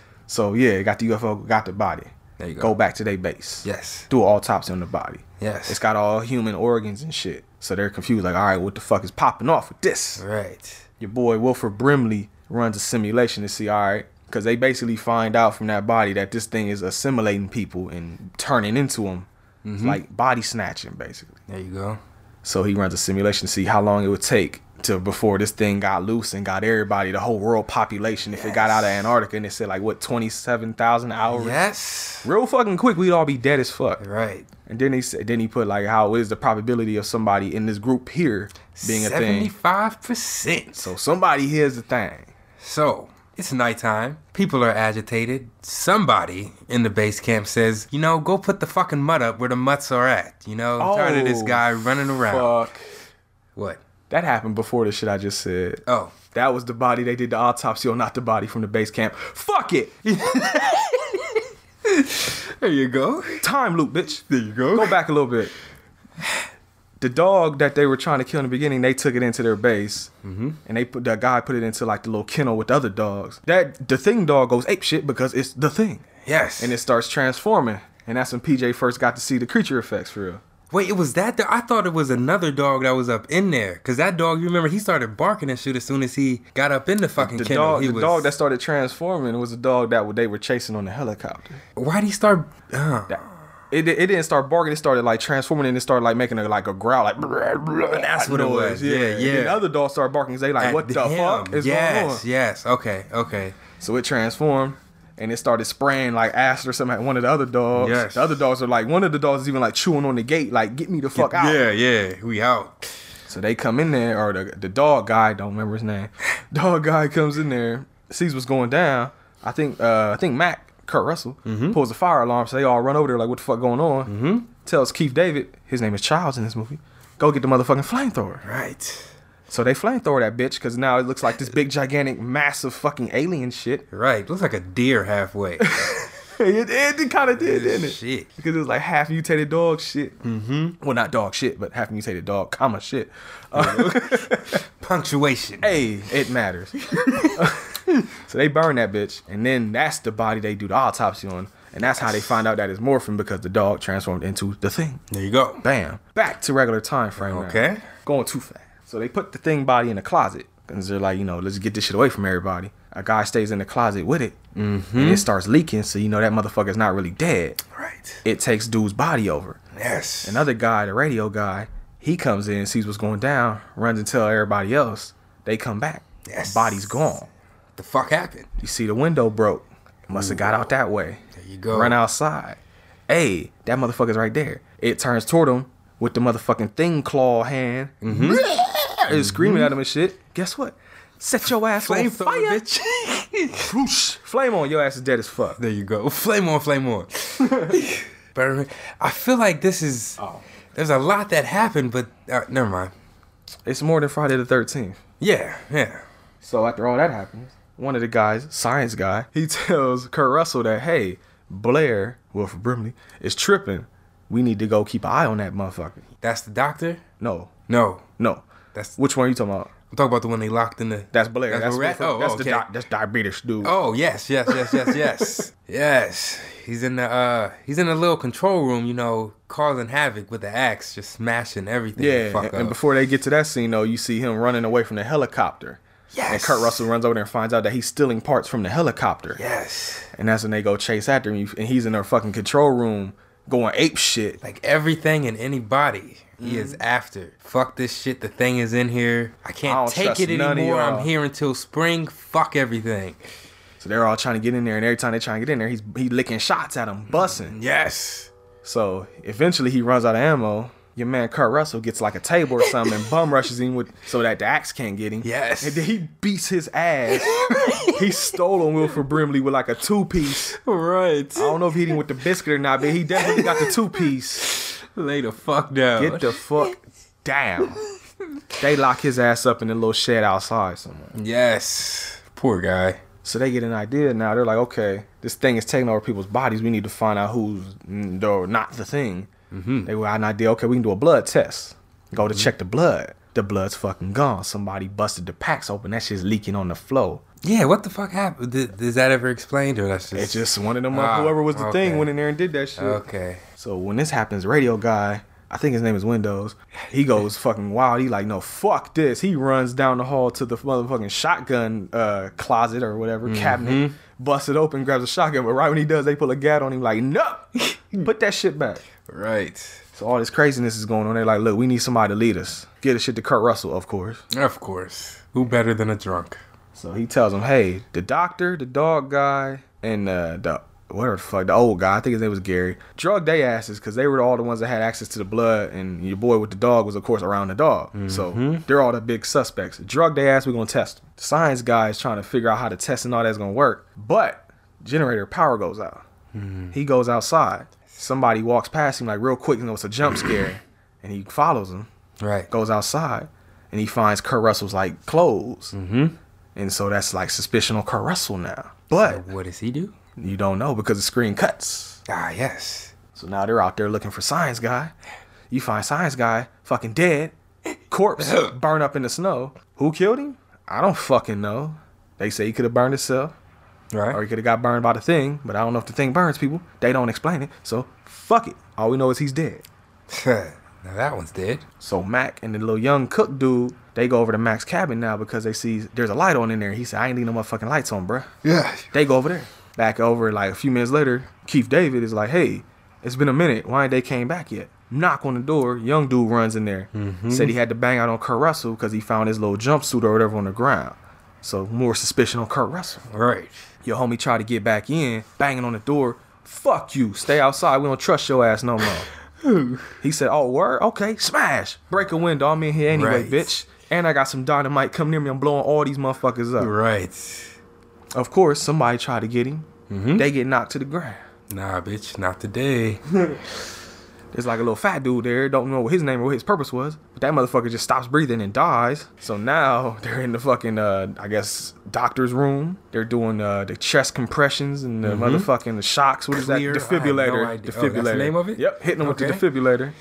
S1: [laughs] So yeah, got the UFO, got the body.
S2: There you go.
S1: Go back to their base.
S2: yes.
S1: Do an autopsy on the body.
S2: Yes.
S1: It's got all human organs and shit. So they're confused, like, all right, what the fuck is popping off with this?
S2: Right.
S1: Your boy Wilford Brimley runs a simulation to see, all right, because they basically find out from that body that this thing is assimilating people and turning into them, like body snatching, basically.
S2: There you go.
S1: So he runs a simulation to see how long it would take to before this thing got loose and got everybody, the whole world population, if it got out of Antarctica and it said like what twenty seven thousand hours.
S2: Yes.
S1: Real fucking quick, we'd all be dead as fuck.
S2: Right.
S1: And then he said, then he put like, how is the probability of somebody in this group here being a thing?
S2: Seventy-five percent.
S1: So somebody here's the thing.
S2: So it's nighttime. People are agitated. Somebody in the base camp says, "You know, go put the fucking mud up where the mutts are at." You know, I'm tired of this
S1: Oh,
S2: guy running around.
S1: Fuck.
S2: What?
S1: That happened before the shit I just said. Uh,
S2: Oh.
S1: That was the body they did the autopsy on, not the body from the base camp. Fuck it!
S2: There you go.
S1: Time loop, bitch.
S2: There you go.
S1: Go back a little bit. The dog that they were trying to kill in the beginning, they took it into their base, mm-hmm. and they put that guy put it into like the little kennel with the other dogs. That the thing dog goes ape shit because it's the thing,
S2: Yes.
S1: and it starts transforming. And that's when PJ first got to see the creature effects for real.
S2: Wait, it was that dog? I thought it was another dog that was up in there. Cause that dog, you remember, he started barking and shit as soon as he got up in the fucking
S1: The
S2: kennel.
S1: dog,
S2: he
S1: the
S2: was,
S1: dog that started transforming was the dog that they were chasing on the helicopter.
S2: Why'd he start? Uh,
S1: That It, it didn't start barking. It started like transforming and it started like making a like a growl, like that's
S2: what it was. Yeah, yeah.
S1: And the other dog started barking. 'cause They like,
S2: At
S1: what the
S2: him.
S1: fuck is
S2: yes,
S1: going on?
S2: Yes, okay, okay.
S1: So it transformed and it started spraying like acid or something at one of the other dogs.
S2: Yes.
S1: The other dogs are like, one of the dogs is even like chewing on the gate, like, get me the fuck out.
S2: Yeah, yeah, we out.
S1: So they come in there, or the, the dog guy, don't remember his name. [laughs] Dog guy comes in there, sees what's going down. I think uh, I think Mac, Kurt Russell, pulls the fire alarm, so they all run over there, like, what the fuck going on? Mm-hmm. Tells Keith David, his name is Childs in this movie, go get the motherfucking flamethrower.
S2: Right,
S1: So they flamethrower that bitch, because now it looks like this big, gigantic, massive fucking alien shit. [laughs]
S2: right. Looks like a deer halfway.
S1: it, it, kind of did, didn't it?
S2: Shit.
S1: Because it was like half mutated dog shit. Mm-hmm. Well, not dog shit, but half mutated dog, comma shit. Uh,
S2: Punctuation.
S1: hey, it matters. [laughs] so they burn that bitch, and then that's the body they do the autopsy on, and that's how they find out that it's morphine because the dog transformed into the thing.
S2: There you go.
S1: Bam. Back to regular time frame. now.
S2: Okay.
S1: Going too fast. So they put the thing body in the closet. And they're like, you know, let's get this shit away from everybody. A guy stays in the closet with it. And it starts leaking. So you know that motherfucker's not really dead.
S2: Right.
S1: It takes dude's body over.
S2: Yes.
S1: Another guy, the radio guy, he comes in, sees what's going down, runs and tell everybody else. They come back.
S2: Yes.
S1: Body's gone.
S2: the fuck happened?
S1: You see the window broke. Must have got out that way.
S2: There you go.
S1: Run outside. Hey, that motherfucker's right there. It turns toward him with the motherfucking thing claw hand. Mm-hmm. [laughs] It's screaming at him and shit. Guess what? Set your ass on
S2: Flamethrower,
S1: fire.
S2: bitch. [laughs]
S1: Whoosh. Flame on your ass is dead as fuck.
S2: There you go. [laughs] Flame on,
S1: [laughs]
S2: flame on. but I feel like this is.
S1: Oh.
S2: There's a lot that happened, but uh, never mind.
S1: It's more than Friday the 13th.
S2: Yeah, yeah.
S1: So after all that happens, one of the guys, science guy, he [laughs] tells Kurt Russell that hey, Blair, Wilford Brimley, is tripping. We need to go keep an eye on that motherfucker.
S2: That's the doctor.
S1: No,
S2: No,
S1: no.
S2: That's-
S1: which one are you talking about?
S2: I'm talking about the one they locked in the.
S1: That's Blair. That's,
S2: That's where we're at?
S1: Wilford-
S2: Oh,
S1: that's
S2: okay.
S1: the di- that's diabetes dude.
S2: Oh yes, yes, yes,
S1: [laughs]
S2: yes, yes, yes. He's in the uh, he's in the little control room, you know, causing havoc with the axe, just smashing everything. the
S1: yeah.
S2: fuck
S1: and,
S2: up.
S1: before they get to that scene though, you see him running away from the helicopter.
S2: Yes.
S1: And Kurt Russell runs over there and finds out that he's stealing parts from the helicopter.
S2: yes,
S1: And that's when they go chase after him. You- And he's in their fucking control room going ape shit.
S2: like everything and anybody. He is after. Fuck this shit. The thing is in here.
S1: Mm-hmm.
S2: I
S1: I
S2: can't
S1: don't
S2: take
S1: trust
S2: it
S1: none of
S2: anymore.
S1: y'all.
S2: I'm here until spring. Fuck everything.
S1: So they're all trying to get in there, and every time they try to get in there, he's he licking shots at them, bussing.
S2: Yes.
S1: So eventually he runs out of ammo. Your man Kurt Russell gets like a table or something and bum rushes him with so that the axe can't get him.
S2: Yes.
S1: And then he beats his ass. he stole on Wilford Brimley with like a two piece.
S2: Right.
S1: I don't know if he hit him with the biscuit or not, but he definitely got the two piece.
S2: [laughs] Lay the fuck down.
S1: Get the fuck down. They lock his ass up in a little shed outside somewhere.
S2: yes. Poor guy.
S1: So they get an idea now. They're like, okay, this thing is taking over people's bodies. We need to find out who's mm, or not the thing.
S2: Mm-hmm.
S1: They got an idea. Okay, we can do a blood test. Go to check the blood. The blood's fucking gone. Somebody busted the packs open. That shit's leaking on the floor.
S2: Yeah. What the fuck happened? Did, is that ever explained or that's just?
S1: It's just one of them.
S2: Ah,
S1: whoever was the
S2: okay.
S1: thing went in there and did that shit.
S2: Okay.
S1: So when this happens, radio guy, I think his name is Windows, he goes fucking wild. He like, no, fuck this. He runs down the hall to the motherfucking shotgun uh, closet or whatever cabinet, busts it open, grabs a shotgun. But right when he does, they pull a gat on him. Like, no, put that shit back.
S2: Right.
S1: So all this craziness is going on. They're like, look, we need somebody to lead us. Get the shit to Kurt Russell, of course.
S2: Of course. Who better than a drunk?
S1: So he tells him, hey, the doctor, the dog guy, and uh, the whatever the fuck, the old guy, I think his name was Gary, drug they asses because they were all the ones that had access to the blood, and your boy with the dog was, of course, around the dog. So they're all the big suspects. Drug they ass, we're going to test them. The science guy is trying to figure out how the test and all that's going to work, but generator power goes out. He goes outside. Somebody walks past him, like, real quick, you know, it's a jump scare, and he follows him
S2: Right.
S1: goes outside and he finds Kurt Russell's like clothes. Mm-hmm. And so that's like suspicion on Kurt Russell now. But
S2: What does he do?
S1: you don't know because the screen cuts.
S2: Ah, yes.
S1: So now they're out there looking for Science Guy. You find Science Guy fucking dead, corpse burned up in the snow. Who killed him? I don't fucking know. They say he could have burned himself
S2: Right.
S1: or he could have got burned by the thing, but I don't know if the thing burns people. They don't explain it. So fuck it. All we know is he's dead.
S2: [laughs] now that one's dead.
S1: So Mac and the little young cook dude, they go over to Mac's cabin now because they see there's a light on in there. He said, I ain't need no motherfucking lights on, bruh.
S2: Yeah.
S1: They go over there. Back over like a few minutes later, Keith David is like, hey, It's been a minute. Why ain't they came back yet? Knock on the door. Young dude runs in there. Said he had to bang out on Kurt Russell because he found his little jumpsuit or whatever on the ground. So more suspicion on Kurt Russell.
S2: Right.
S1: Your homie tried to get back in, banging on the door. Fuck you. Stay outside. We don't trust your ass no
S2: [laughs]
S1: more. he said, Oh, word? Okay, smash. Break a window. I'm in here anyway,
S2: Right.
S1: bitch. And I got some dynamite. Come near me. I'm blowing all these motherfuckers up.
S2: Right.
S1: Of course, somebody tried to get him.
S2: Mm-hmm.
S1: They get knocked to the ground.
S2: Nah, bitch, not [laughs] today.
S1: There's like a little fat dude there. Don't know what his name or what his purpose was. But that motherfucker just stops breathing and dies. So now [laughs] they're in the fucking, uh, I guess, doctor's room. They're doing uh, the chest compressions and the motherfucking the shocks. What is
S2: Mm-hmm. Clear?
S1: that?
S2: I have
S1: Defibrillator.
S2: no idea.
S1: defibrillator.
S2: Oh, that's the name of it?
S1: Yep. Hitting them with
S2: Okay.
S1: the
S2: [sighs]
S1: defibrillator.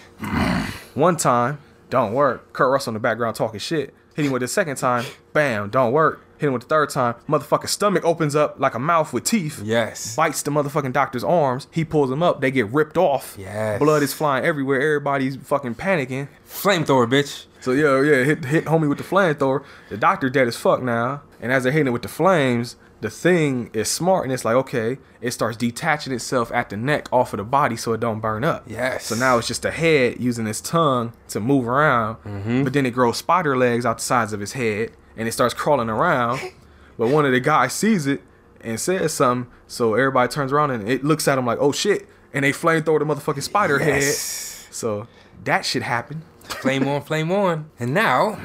S1: One time, don't work. Kurt Russell in the background talking shit. Hit him with the second time. Bam, don't work. Hit him with the third time. Motherfucking stomach opens up like a mouth with teeth
S2: Yes.
S1: bites the motherfucking doctor's arms. He pulls them up. They get ripped off.
S2: Yes.
S1: Blood is flying everywhere. Everybody's fucking panicking.
S2: Flamethrower, bitch.
S1: So yeah, yeah, hit hit homie with the flamethrower. The doctor dead as fuck now. And as they're hitting it with the flames, the thing is smart and it's like, okay, it starts detaching itself at the neck off of the body so it don't burn up.
S2: Yes.
S1: So now it's just a head using its tongue to move around.
S2: Mm-hmm.
S1: But then it grows spider legs out the sides of his head and it starts crawling
S2: [laughs]
S1: around. but one of the guys sees it and says something. So everybody turns around and it looks at him like, oh shit. And they flamethrower the motherfucking spider
S2: Yes.
S1: head. So that shit happened.
S2: Flame on, flame on. And now,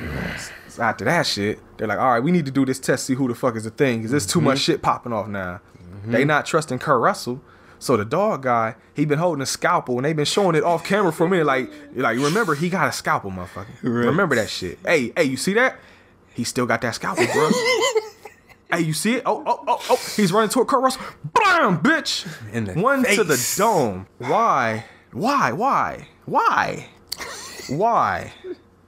S1: So after that shit, they're like, all right, we need to do this test, see who the fuck is the thing, because there's too much
S2: Mm-hmm.
S1: shit popping off now. They not trusting Kurt Russell. So the dog guy, he been holding a scalpel and they been showing it off camera for a minute. Like, like remember he got a scalpel, motherfucker. Remember that shit. Hey, hey, you see that? He still got that scalpel,
S2: [laughs]
S1: bro. hey, you see it? Oh, oh, oh, oh. He's running toward Kurt Russell. Bam, bitch.
S2: In the
S1: One to the
S2: face.
S1: dome. Why? Why? Why? Why? Why?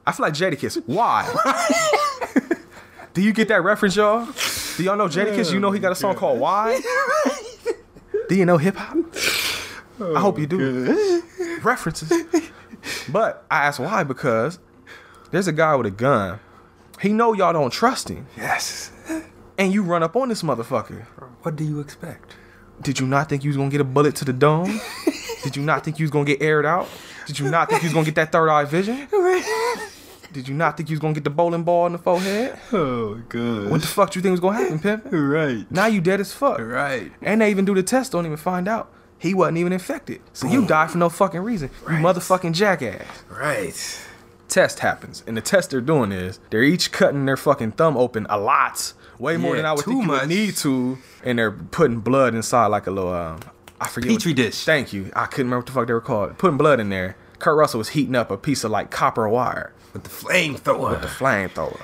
S1: I feel like Jadakiss. Why? Do you get that reference, y'all? Do y'all know Jadakiss? You know he got a song called Why? Do you know hip hop? I hope you do. References. But I ask why because there's a guy with a gun. He know y'all don't trust him,
S2: yes.
S1: and you run up on this motherfucker.
S2: What do you expect?
S1: Did you not think you was gonna get a bullet to the dome? Did you not think you was gonna get aired out? Did you not think you was gonna get that third eye vision? Did you not think you was gonna get the bowling ball in the forehead?
S2: Oh, good.
S1: What the fuck you think was gonna happen, pimp?
S2: right.
S1: Now you dead as fuck.
S2: Right.
S1: And they even do the test, don't even find out. He wasn't even infected. So you died for no fucking reason. You motherfucking jackass.
S2: Right.
S1: Test happens. And the test they're doing is they're each cutting their fucking thumb open a lot. Way more
S2: Yeah,
S1: than I would
S2: too
S1: think you
S2: much.
S1: would need to. And they're putting blood inside like a little um I forget what-
S2: Petri dish.
S1: Thank you. I couldn't remember what the fuck they were called. Putting blood in there. Kurt Russell was heating up a piece of like copper wire,
S2: With the flamethrower. With the
S1: flamethrower.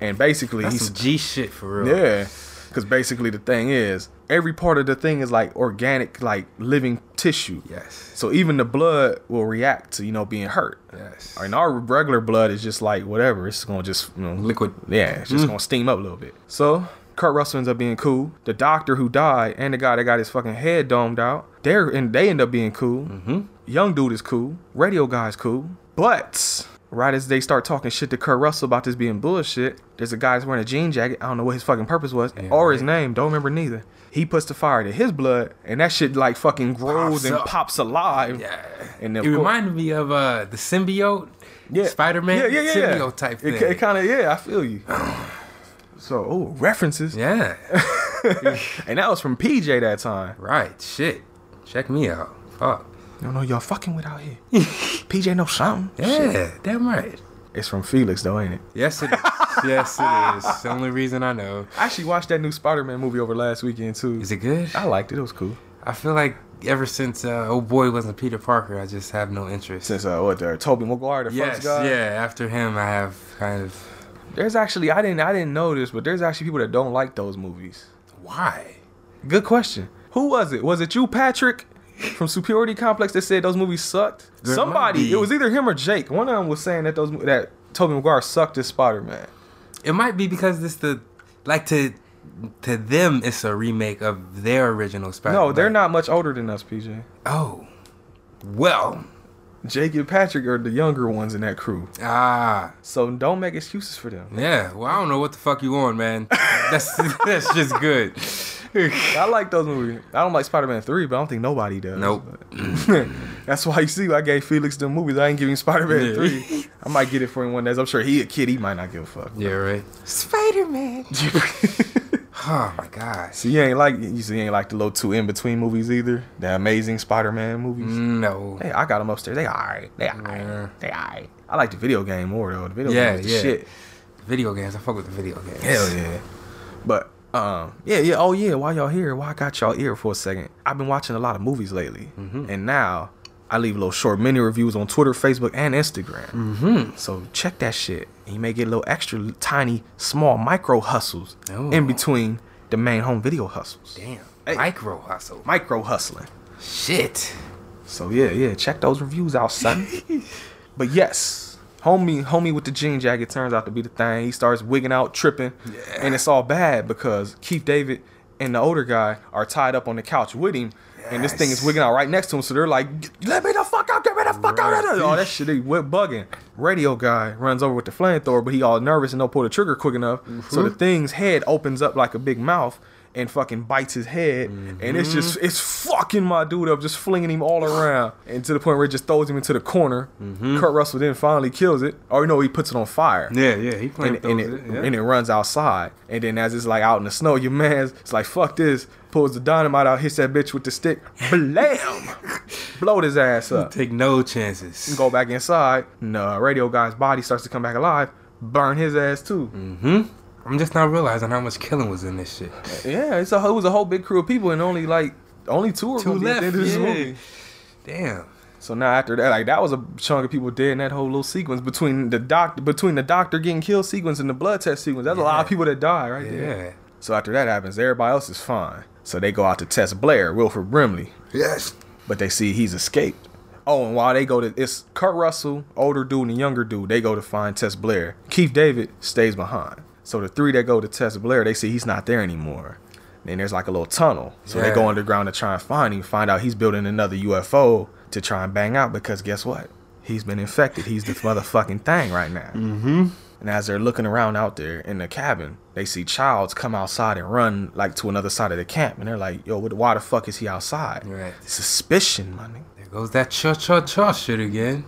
S1: And basically
S2: That's
S1: he's
S2: some G shit for real.
S1: yeah, because basically the thing is, every part of the thing is like organic, like living tissue.
S2: Yes.
S1: So even the blood will react to you know being hurt.
S2: Yes.
S1: And our regular blood is just like whatever. It's gonna just you know,
S2: Liquid.
S1: Yeah, it's
S2: Mm-hmm.
S1: just gonna steam up a little bit. So Kurt Russell ends up being cool. The doctor who died and the guy that got his fucking head domed out, they're and they end up being cool. Mm-hmm. Young dude is cool. Radio guy's cool. But right as they start talking shit to Kurt Russell about this being bullshit, there's a guy that's wearing a jean jacket. I don't know what his fucking purpose was or his name. Don't remember neither. He puts the fire to his blood, and that shit like fucking grows
S2: Pops
S1: and
S2: up.
S1: pops alive.
S2: Yeah.
S1: And
S2: it
S1: of course-
S2: reminded me of uh the symbiote. Spider Man
S1: yeah, yeah, yeah.
S2: symbiote type
S1: It,
S2: thing.
S1: it kind of yeah, I feel
S2: [sighs]
S1: you. So oh, references,
S2: yeah.
S1: and that was from PJ that time.
S2: Right. Shit. Check me out. Fuck.
S1: You don't know y'all fucking with out here. [laughs] PJ know something.
S2: Yeah. Damn right.
S1: It's from Felix though, ain't it? [laughs]
S2: Yes it is. yes it is. The only reason I know.
S1: I actually watched that new Spider-Man movie over last weekend too.
S2: Is it good?
S1: I liked it. It was cool.
S2: I feel like ever since uh, old boy wasn't Peter Parker, I just have no interest.
S1: Since uh, what the Toby Maguire, the
S2: yes,
S1: first guy.
S2: yeah. After him, I have kind of
S1: There's actually I didn't I didn't know this, but there's actually people that don't like those movies.
S2: why?
S1: Good question. Who was it? Was it you, Patrick, from Superiority Complex that said those movies sucked?
S2: There might
S1: Somebody.
S2: be.
S1: It was either him or Jake. One of them was saying that those mo- that Tobey Maguire sucked as Spider Man.
S2: It might be because this the like to to them it's a remake of their original Spider-Man.
S1: No, they're not much older than us, PJ.
S2: Oh, well,
S1: Jake and Patrick are the younger ones in that crew,
S2: ah,
S1: so don't make excuses for them.
S2: [laughs] yeah. Well, I don't know what the fuck you on, man. That's that's just good.
S1: I like those movies. I don't like Spider Man three, but I don't think nobody does.
S2: Nope.
S1: But- [laughs] That's why you see I gave Felix the movies. I ain't giving Spider Man
S2: Yeah.
S1: three. I might get it for him one day. I'm sure he a kid. He might not give a fuck.
S2: Yeah, right. Spider Man.
S1: [laughs]
S2: oh my gosh.
S1: So you ain't like you see, you ain't like the little two in between movies either. The Amazing Spider Man movies.
S2: No.
S1: Hey, I got them upstairs. They alright. They alright.
S2: Mm. Yeah.
S1: They alright. I like the video game more though. The video
S2: Yeah,
S1: game is the
S2: yeah.
S1: shit.
S2: Video games. I fuck with the video games.
S1: Hell yeah. But um, yeah, yeah, oh yeah. While y'all here, why I got y'all ear for a second? I've been watching a lot of movies lately, and now I leave little short mini reviews on Twitter, Facebook, and Instagram. Mm-hmm. So check that shit. You may get little extra tiny, small micro hustles
S2: Ooh.
S1: in between the main home video hustles.
S2: Damn.
S1: Hey.
S2: Micro hustle.
S1: Micro hustling.
S2: Shit.
S1: So yeah, yeah, check those reviews out, son. but yes, homie, homie with the jean jacket turns out to be the thing. He starts wigging out, tripping, and it's all bad because Keith David and the older guy are tied up on the couch with him, and this thing is
S2: Yes.
S1: wigging out right next to him. So they're like, "Let me the fuck out! Get me the fuck out!"
S2: Right.
S1: of Oh, there." All that shit, they went bugging. Radio guy runs over with the flamethrower, but he all nervous and don't pull the trigger quick enough. So
S2: Mm-hmm.
S1: the thing's head opens up like a big mouth. And fucking bites his head, and it's just
S2: Mm-hmm.
S1: it's fucking my dude up, just flinging him all around, and to the point where it just throws him into the corner. Kurt Russell then finally kills it, or no, he puts it on fire
S2: Mm-hmm. Yeah, yeah. He
S1: and,
S2: playing
S1: and it, and it runs outside. And then as it's like out in the snow, your man's it's like fuck this, pulls the dynamite out, hits that bitch with the stick, blam,
S2: [laughs]
S1: blow his ass up.
S2: Take no chances.
S1: Go back inside, and the radio guy's body starts to come back alive, burn his ass too.
S2: Mm. I'm just not realizing how much killing was in this shit.
S1: Yeah, it's a whole- it was a whole big crew of people, and only like only two were
S2: Two
S1: gonna be at the end of
S2: left,
S1: this
S2: yeah.
S1: movie.
S2: Damn.
S1: So now after that, like that was a chunk of people dead in that whole little sequence between the doctor between the doctor getting killed sequence and the blood test sequence. That's a lot of people that die right there.
S2: Yeah.
S1: So after that happens, everybody else is fine. So they go out to test Blair, Wilford Brimley,
S2: Yes.
S1: but they see he's escaped. Oh, and while they go to, it's Kurt Russell, older dude and younger dude. They go to find Tess Blair. Keith David stays behind. So the three that go to Tess Blair, they see he's not there anymore. Then there's like a little tunnel. So they go
S2: Yeah.
S1: underground to try and find him. Find out he's building another UFO to try and bang out because guess what? He's been infected. He's the [laughs] motherfucking thing right now. And as they're looking around out there in the cabin, they see Childs come outside and run like to another side of the camp. And they're like, yo, what, why the fuck is he outside?
S2: Right.
S1: Suspicion, my nigga.
S2: There goes that cha cha cha shit again.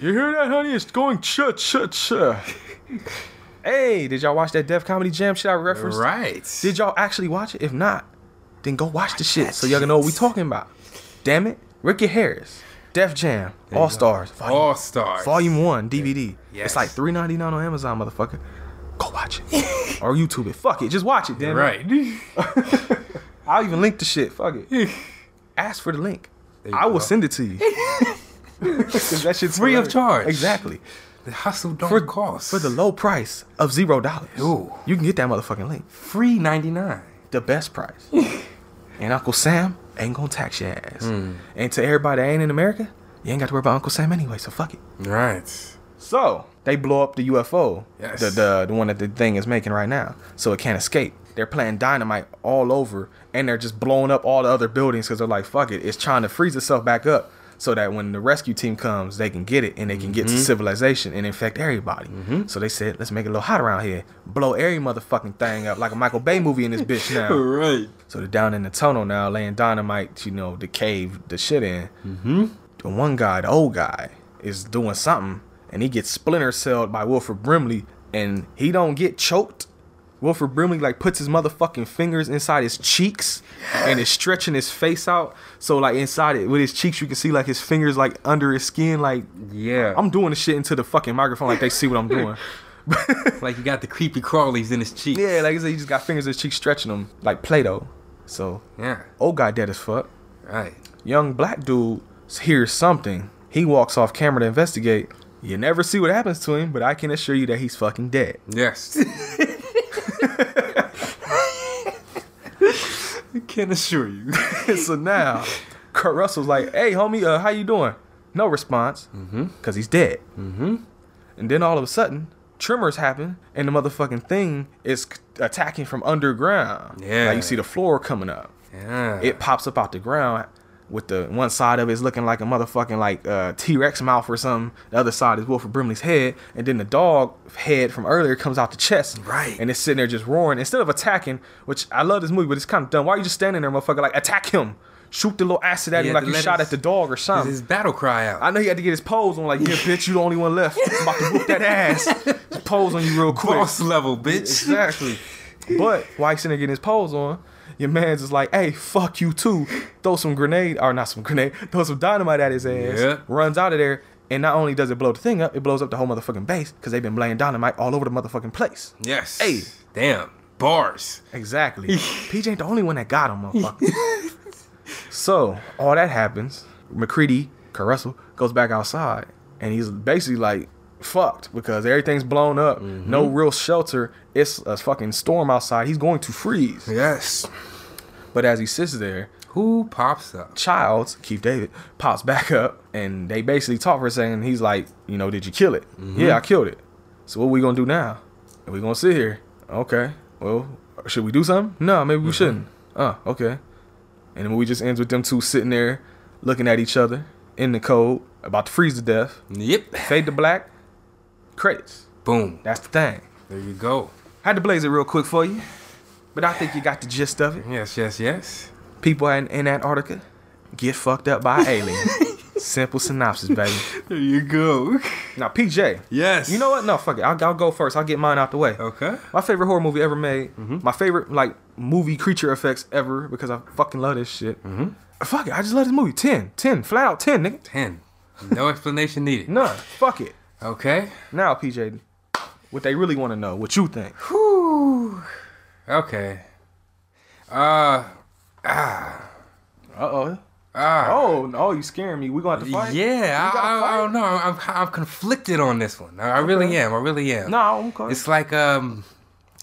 S1: You hear that, honey? It's going cha cha cha. [laughs] hey, did y'all watch that Def Comedy Jam shit I referenced?
S2: Right.
S1: Did y'all actually watch it? If not, then go watch the shit so y'all can know what we talking about. Damn it. Ricky Harris, Def Jam, All Stars, Volume,
S2: All stars.
S1: Volume 1 DVD. It's
S2: Yes.
S1: like $3.99 on Amazon, motherfucker. Go watch it.
S2: [laughs]
S1: or YouTube it. Fuck it. Just watch it, damn it.
S2: Right.
S1: I'll even link the shit. Fuck
S2: [laughs]
S1: it. Ask for the link.
S2: There you
S1: I will
S2: go.
S1: send it to
S2: [laughs]
S1: you. [laughs] 'Cause that shit's
S2: Free of
S1: hilarious.
S2: charge.
S1: Exactly.
S2: The hustle don't
S1: For-
S2: cost.
S1: for the low price of zero dollars.
S2: Ooh.
S1: You can get that motherfucking link.
S2: free 99.
S1: The best
S2: [laughs]
S1: price. and Uncle Sam ain't gonna tax your ass.
S2: Hmm.
S1: And to everybody that ain't in America, you ain't got to worry about Uncle Sam anyway, so fuck it.
S2: Right.
S1: So they blow up the UFO.
S2: Yes.
S1: The, the the one that the thing is making right now. So it can't escape. They're planting dynamite all over and they're just blowing up all the other buildings because they're like, fuck it. It's trying to freeze itself back up so that when the rescue team comes, they can get it and they can get to civilization and infect everybody. So they said, let's make it a little hot around here. Blow every motherfucking thing up like a Michael Bay movie in this bitch
S2: [laughs]
S1: now.
S2: Right.
S1: So they're down in the tunnel now, laying dynamite, you know, the cave, the shit in. Mm-hmm. The one guy, the old guy, is doing something, and he gets splinter celled by Wilfred Brimley, and he don't get choked. Wilfred Brimley like puts his motherfucking fingers inside his cheeks and is stretching his face out. So like inside it with his cheeks, you can see like his fingers like under his skin. Like
S2: Yeah.
S1: I'm doing the shit into the fucking microphone, like they see what I'm doing.
S2: like you got the creepy crawlies in his cheek.
S1: yeah, like I said, he just got fingers in his cheeks, stretching them like Play-Doh. So
S2: Yeah.
S1: old guy dead as fuck.
S2: Right.
S1: young black dude hears something. He walks off camera to investigate. You never see what happens to him, but I can assure you that he's fucking dead. [laughs]
S2: [laughs] Yes. I can assure you.
S1: so now, Kurt Russell's like, "Hey, homie, uh, how you doing?" No response, mm-hmm. cause he's dead. Mm-hmm. And then all of a sudden, tremors happen, and the motherfucking thing is c- attacking from underground.
S2: Yeah.
S1: like you see the floor coming up.
S2: Yeah.
S1: It pops up out the ground, with the one side of it is looking like a motherfucking like uh, T-Rex mouth or something. The other side is Wilford Brimley's head, and then the dog head from earlier comes out the chest.
S2: Right.
S1: And it's sitting there just roaring instead of attacking, which I love this movie, but it's kind of dumb. Why are you just standing there, motherfucker? Like attack him, shoot the little acid at
S2: He
S1: him
S2: had
S1: like
S2: to
S1: you
S2: let
S1: shot
S2: his-
S1: at the dog or
S2: Is
S1: something.
S2: his battle cry out.
S1: I know he had to get his pose on, like, yeah, bitch, you the only one left. I'm about to whoop
S2: [laughs]
S1: that ass. Just pose on you real quick.
S2: Boss level, bitch.
S1: [laughs] Exactly. But while he's sitting there getting his pose on, your man's just like, hey, fuck you too. Throw some grenade, or not some grenade, [laughs] throw some dynamite at his ass.
S2: Yeah.
S1: Runs out of there. And not only does it blow the thing up, it blows up the whole motherfucking base because they've been laying dynamite all over the motherfucking place.
S2: Yes.
S1: Hey.
S2: Damn. Bars.
S1: Exactly. PJ ain't the only one that got him, motherfucker. so all that happens. McCready, Caruso, goes back outside, and he's basically like fucked because everything's blown up. No real shelter. It's a fucking storm outside. He's going to freeze.
S2: [laughs] Yes.
S1: But as he sits there,
S2: Who pops up?
S1: Childs, Keith David, pops back up, and they basically talk for a second. And he's like, you know, did you kill it? Yeah, I killed it. So what we gonna do now? Are we gonna sit here? Okay. Well, should we do something? No, maybe we shouldn't. Oh, okay. And then we just ends with them two sitting there, looking at each other in the cold, about to freeze to death.
S2: Yep.
S1: Fade to black. Credits.
S2: Boom.
S1: That's the thing.
S2: There you go.
S1: Had to blaze it real quick for you, but I think you got the gist of it
S2: Yes, yes, yes.
S1: people in, in Antarctica get fucked up by
S2: [laughs]
S1: aliens. Simple synopsis, baby.
S2: There you go.
S1: Now, PJ.
S2: Yes.
S1: You know what? No, fuck it. I'll, I'll go first. I'll get mine out the way.
S2: Okay. Mm-hmm.
S1: My favorite horror movie ever made. My favorite like movie creature effects ever because I fucking love this shit.
S2: Mm-hmm.
S1: Fuck it. I just love this movie. 10. 10. Flat out 10, nigga.
S2: Ten. No
S1: [laughs]
S2: explanation needed.
S1: None. Fuck it.
S2: Okay.
S1: Now, PJ, what they really want to know, what you think.
S2: Whew. Okay. Uh.
S1: Uh-oh.
S2: Ah.
S1: Oh, no, you scaring me. We going to have to fight?
S2: Yeah.
S1: We
S2: I,
S1: gotta
S2: I, I
S1: fight?
S2: don't know. I'm I'm conflicted on this one. I, I really am. I really am.
S1: No, I'm cool.
S2: It's like um,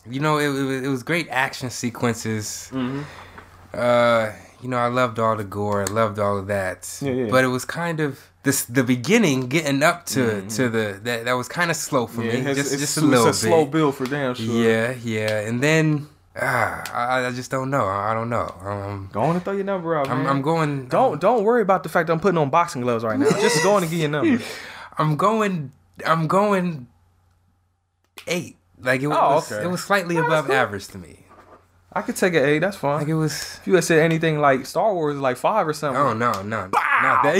S2: you know, it, it, was- it was great action sequences.
S1: Mm-hmm.
S2: Uh, you know, I loved all the gore. I loved all of that.
S1: Yeah, yeah.
S2: But it was kind of this the beginning, getting up to to the that, that was kind of slow for
S1: Mm-hmm. Yeah,
S2: me.
S1: it's,
S2: just
S1: it's-
S2: just a
S1: it's
S2: little bit.
S1: slow build for damn sure.
S2: Yeah, yeah. And then ah, I, I just don't know. I, I don't know. Um,
S1: Go on and throw your number out,
S2: I'm
S1: man.
S2: I'm going.
S1: Don't don't worry about the fact that I'm putting on boxing gloves right now. Just go on and get your [laughs] number.
S2: I'm going. I'm going eight. Like it was.
S1: okay.
S2: It was slightly above average to me.
S1: I could take an A. That's fine.
S2: Like it was.
S1: if you had said anything like Star Wars, like five or something.
S2: Oh no, no, not that.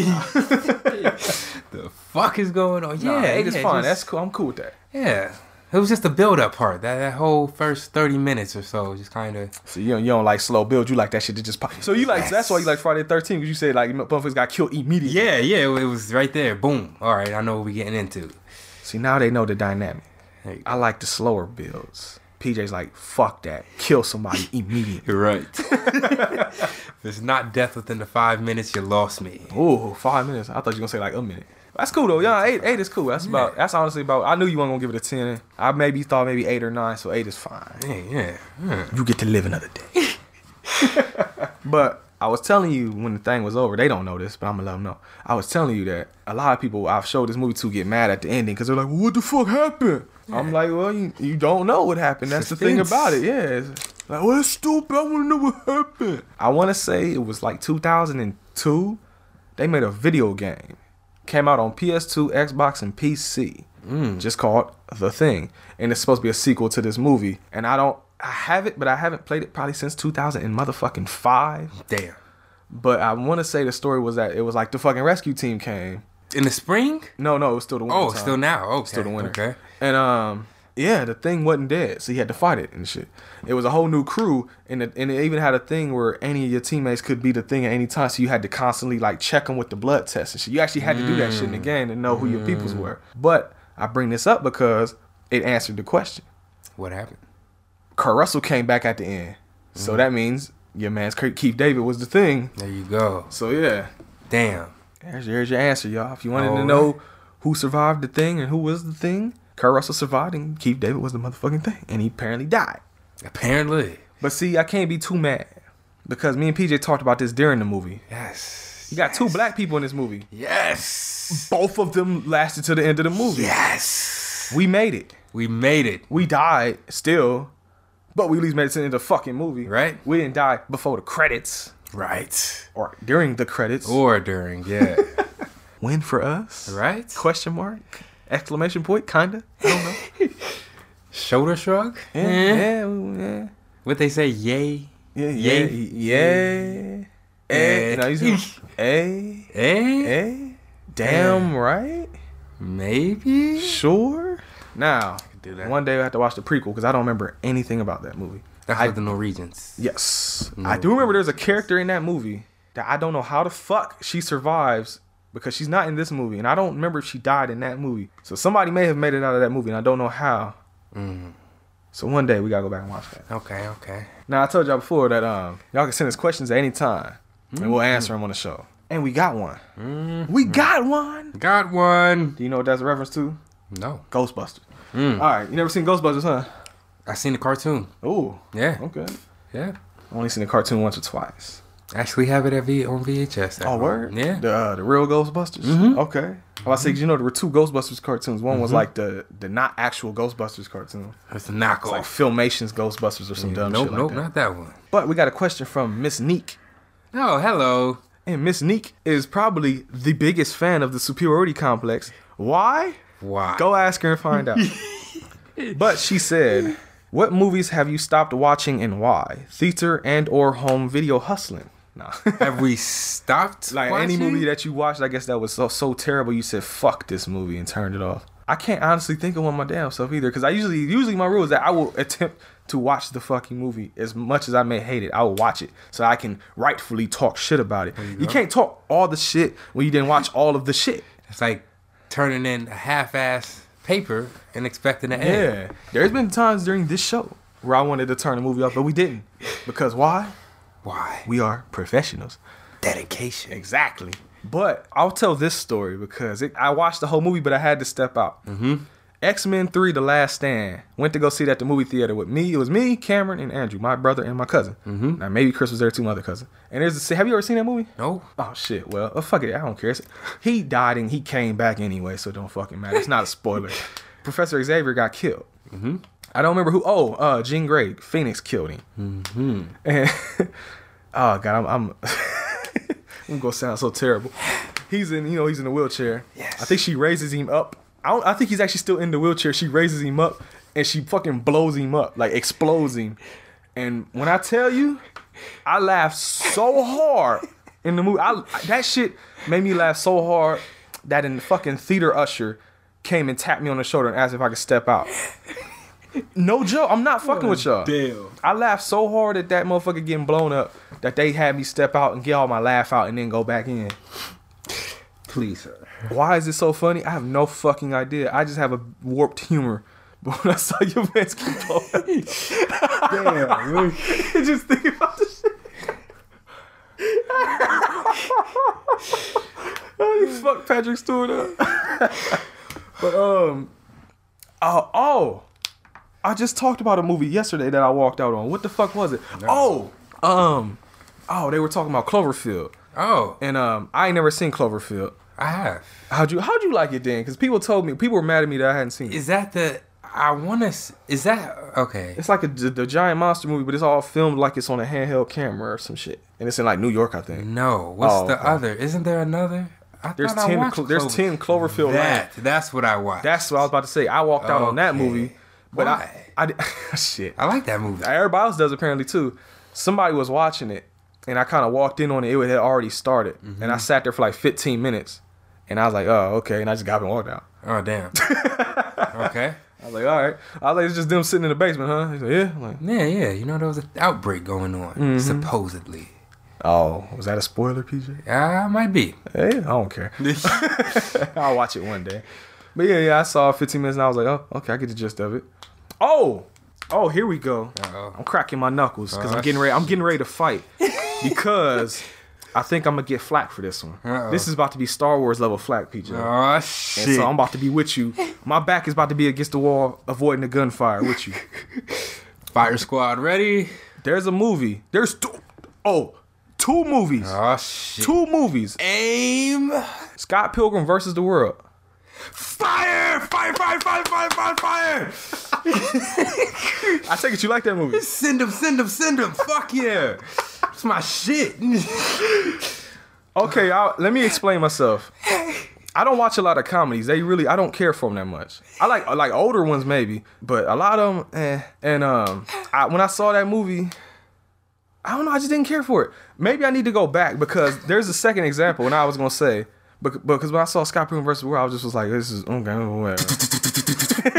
S2: [laughs] the fuck is going on?
S1: Nah,
S2: Yeah,
S1: eight is
S2: yeah,
S1: fine. That's
S2: just-
S1: cool. I'm cool with that.
S2: yeah. It was just the build up part. That that whole first thirty minutes or so, was just kind of
S1: So you don't, you don't like slow build. You like that shit to just pop. So you like that's why you like Friday the Thirteenth because you said like motherfuckers got killed immediately.
S2: yeah, yeah. It wa- it was right there. Boom. All right, I know what we getting into.
S1: See now they know the dynamic.
S2: There you go.
S1: I like the slower builds. PJ's like fuck that. Kill [laughs] somebody immediately.
S2: You're right. [laughs] if it's not death within the five minutes, you lost me.
S1: Ooh, five minutes. I thought you were gonna say like a minute. That's cool though. Yeah, eight, eight is cool. That's about. That's honestly about. I knew you weren't gonna give it a ten. I maybe thought maybe eight or nine. So eight is fine.
S2: Yeah, yeah. yeah.
S1: you get to live another [laughs] day. but I was telling you when the thing was over, they don't know this, but I'm gonna let them know. I was telling you that a lot of people I've showed this movie to get mad at the ending because they're like, "What the fuck happened?" I'm like, "Well, you, you don't know what happened. That's the thing
S2: Suspense.
S1: about it. Yeah, it's like, well, that's stupid. I want to know what happened." I want to say it was like 2002. They made a video game, came out on PS2, Xbox, and PC
S2: Mm.
S1: just called The Thing, and it's supposed to be a sequel to this movie. And I don't, I have it, but I haven't played it probably since 2000 and motherfucking five.
S2: Damn.
S1: But I want to say the story was that it was like the fucking rescue team came.
S2: In the spring?
S1: No, no, it was still the winter.
S2: Oh,
S1: time.
S2: still now. Okay.
S1: still the winter.
S2: Okay.
S1: And um, yeah, the thing wasn't dead, so he had to fight it and shit. It was a whole new crew, and it, and it even had a thing where any of your teammates could be the thing at any time, so you had to constantly like check them with the blood test and shit. You actually had to do that shit in the game to know who your peoples were. But I bring this up because it answered the question.
S2: What happened?
S1: Kurt Russell came back at the end, so that means your man's Ke- Keith David was the thing.
S2: There you go.
S1: So yeah,
S2: Damn.
S1: there's, there's your answer, y'all. If you wanted to
S2: Alright.
S1: know who survived the thing and who was the thing, Kurt Russell survived and Keith David was the motherfucking thing. And he apparently died.
S2: Apparently.
S1: But see, I can't be too mad because me and PJ talked about this during the movie.
S2: Yes.
S1: You got two black people in this movie.
S2: Yes.
S1: Both of them lasted to the end of the movie.
S2: Yes.
S1: We made it.
S2: We made it.
S1: We died still, but we at least made it to the end of the fucking movie.
S2: Right.
S1: We didn't die before the credits.
S2: Right.
S1: or during the credits.
S2: Or during,
S1: [laughs]
S2: yeah.
S1: Win for us?
S2: right? Eh.
S1: Question mark? Exclamation point? Kinda? I don't know.
S2: Shoulder shrug?
S1: Yeah, yeah, yeah,
S2: What they say, yay?
S1: yeah, yeah,
S2: Yay.
S1: yeah. Eh,
S2: Eh.
S1: no, he's going, eh,
S2: Eh?
S1: eh, damn right,
S2: Maybe?
S1: sure. Now,
S2: do that.
S1: one day I have to watch the prequel because I don't remember anything about that movie.
S2: That's what the Norwegians.
S1: Yes, I do remember there's a character in that movie that I don't know how the fuck she survives because she's not in this movie, and I don't remember if she died in that movie. So somebody may have made it out of that movie, and I don't know how. So one day we gotta go back and watch that.
S2: Okay, okay.
S1: Now I told y'all before that um y'all can send us questions at any time and we'll answer them on the show. And we got one. We got one.
S2: Got one.
S1: Mm-hmm. Do you know what that's a reference to?
S2: No.
S1: Ghostbusters. Mm. All right, you never seen Ghostbusters, huh?
S2: I seen the cartoon.
S1: Ooh.
S2: Yeah.
S1: Okay.
S2: Yeah.
S1: Only seen the cartoon once or twice.
S2: Actually have it at v- on VHS. at
S1: Oh,
S2: home.
S1: word.
S2: Yeah.
S1: The uh, the real Ghostbusters. Okay. Well, I said 'cause you know there were two Ghostbusters cartoons. One was like the the not actual Ghostbusters cartoon,
S2: It's a
S1: like
S2: knockoff.
S1: Filmation's Ghostbusters or some dumb
S2: nope,
S1: shit like
S2: nope,
S1: that.
S2: not that one.
S1: But we got a question from Miss Neek.
S2: Oh, hello.
S1: And Miss Neek is probably the biggest fan of the superiority complex. Why?
S2: Why?
S1: Go ask her and find out. but she said, "What movies have you stopped watching and why? Theater and or home video hustling?" Nah. [laughs]
S2: Have we stopped?
S1: like any
S2: watching?
S1: movie that you watched, I guess that was so, so terrible you said fuck this movie and turned it off. I can't honestly think of one my damn self either because I usually usually my rule is that I will attempt to watch the fucking movie as much as I may hate it. I will watch it so I can rightfully talk shit about it. You, can't talk all the shit when you didn't watch all of the shit.
S2: It's like turning in a half-ass paper and expecting an A.
S1: Yeah, there's been times during this show where I wanted to turn the movie off, but we didn't because why?
S2: Why?
S1: We are professionals.
S2: Dedication.
S1: Exactly. But I'll tell this story because it, I watched the whole movie, but I had to step out. Mm-hmm. X Men 3 The Last Stand. Went to go see it at the movie theater with me. It was me, Cameron, and Andrew, my brother, and my cousin. Mm-hmm. Now, maybe Chris was there too, my other cousin. And there's a, have you ever seen that movie?
S2: No.
S1: Oh, shit. Well, oh, fuck it. I don't care. It's- He died and he came back anyway, so it don't fucking matter. It's not a spoiler. Professor Xavier got killed. Mm-hmm. I don't remember who. Oh, uh, Jean Grey. Phoenix killed him. And [laughs] oh god, I'm I'm, [laughs] I'm gonna sound so terrible. He's in, you know, he's in a wheelchair.
S2: Yes.
S1: I think she raises him up. I don't, I think he's actually still in the wheelchair. She raises him up and she fucking blows him up, like explodes him. And when I tell you, I laughed so hard in the movie. I that shit made me laugh so hard that in the fucking theater usher came and tapped me on the shoulder and asked if I could step out. No joke, I'm not fucking with y'all.
S2: Damn.
S1: I laughed so hard at that motherfucker getting blown up that they had me step out and get all my laugh out and then go back in.
S2: Please, sir.
S1: Why is it so funny? I have no fucking idea. I just have a warped humor. [laughs] But when I saw your man's keep blowing up,
S2: Damn.
S1: I just think about the shit. How you fuck Patrick Stewart up? [laughs] but um, oh, oh, I just talked about a movie yesterday that I walked out on. What the fuck was it? Oh, um, oh, they were talking about Cloverfield,
S2: [laughs] oh,
S1: and um, I ain't never seen Cloverfield.
S2: I have.
S1: How'd you How'd you like it then? Because people told me people were mad at me that I hadn't seen it.
S2: Is that the? I want to. Is that okay?
S1: It's like a, the giant monster movie, but it's all filmed like it's on a handheld camera or some shit, and it's in like New York, I think.
S2: No. What's
S1: Oh,
S2: the
S1: okay.
S2: other? Isn't there another? I
S1: There's
S2: thought I
S1: ten.
S2: watched
S1: Clo- there's
S2: Clover-
S1: ten Cloverfield
S2: That.
S1: lanes.
S2: That's what I watched.
S1: That's what I was about to say. I walked out on that
S2: Okay.
S1: movie, but
S2: Why?
S1: I, I di- [laughs] shit.
S2: I like that movie.
S1: Everybody else does apparently too. Somebody was watching it, and I kind of walked in on it. It had already started, and I
S2: Mm-hmm.
S1: sat there for like 15 minutes, and I was like, oh okay, and I just got up and walked out.
S2: Oh [laughs] damn. okay.
S1: I was like, all right. I was like, it's just them sitting in the basement, huh? He's like, yeah. I'm like,
S2: Yeah, yeah. You know there was an outbreak going on supposedly.
S1: oh, was that a spoiler, PJ?
S2: Ah, might be.
S1: Hey, I don't
S2: [laughs]
S1: care. [laughs] I'll watch it one day. But yeah, yeah, I saw 15 minutes and I was like, oh, okay, I get the gist of it. Oh, oh, here we go.
S2: Uh-oh.
S1: I'm cracking my knuckles because
S2: Uh,
S1: I'm getting ready. I'm getting ready to
S2: [laughs]
S1: fight because I think I'm gonna get flack for this one.
S2: Uh-oh.
S1: This is about to be Star Wars level flack, PJ.
S2: Oh
S1: and
S2: shit.
S1: so I'm about to be with you. My back is about to be against the wall, avoiding the gunfire with
S2: [laughs]
S1: you.
S2: Fire squad ready.
S1: There's a movie. There's two, oh, two movies.
S2: Oh shit.
S1: Two movies.
S2: Aim.
S1: Scott Pilgrim versus the World.
S2: Fire! Fire! Fire! Fire! Fire! Fire! Fire!
S1: I take it you like that movie.
S2: Send him! Send him! Send him! Fuck yeah! It's my shit. [laughs]
S1: Okay, I'll, let me explain myself. I don't watch a lot of comedies. They really, I don't care for them that much. I like like older ones maybe, but a lot of them. Eh. And um, I, when I saw that movie, I don't know. I just didn't care for it. Maybe I need to go back because there's a second example, and I was gonna say, but because when I saw Scott Pilgrim versus World, I was just was like, this is okay, whatever.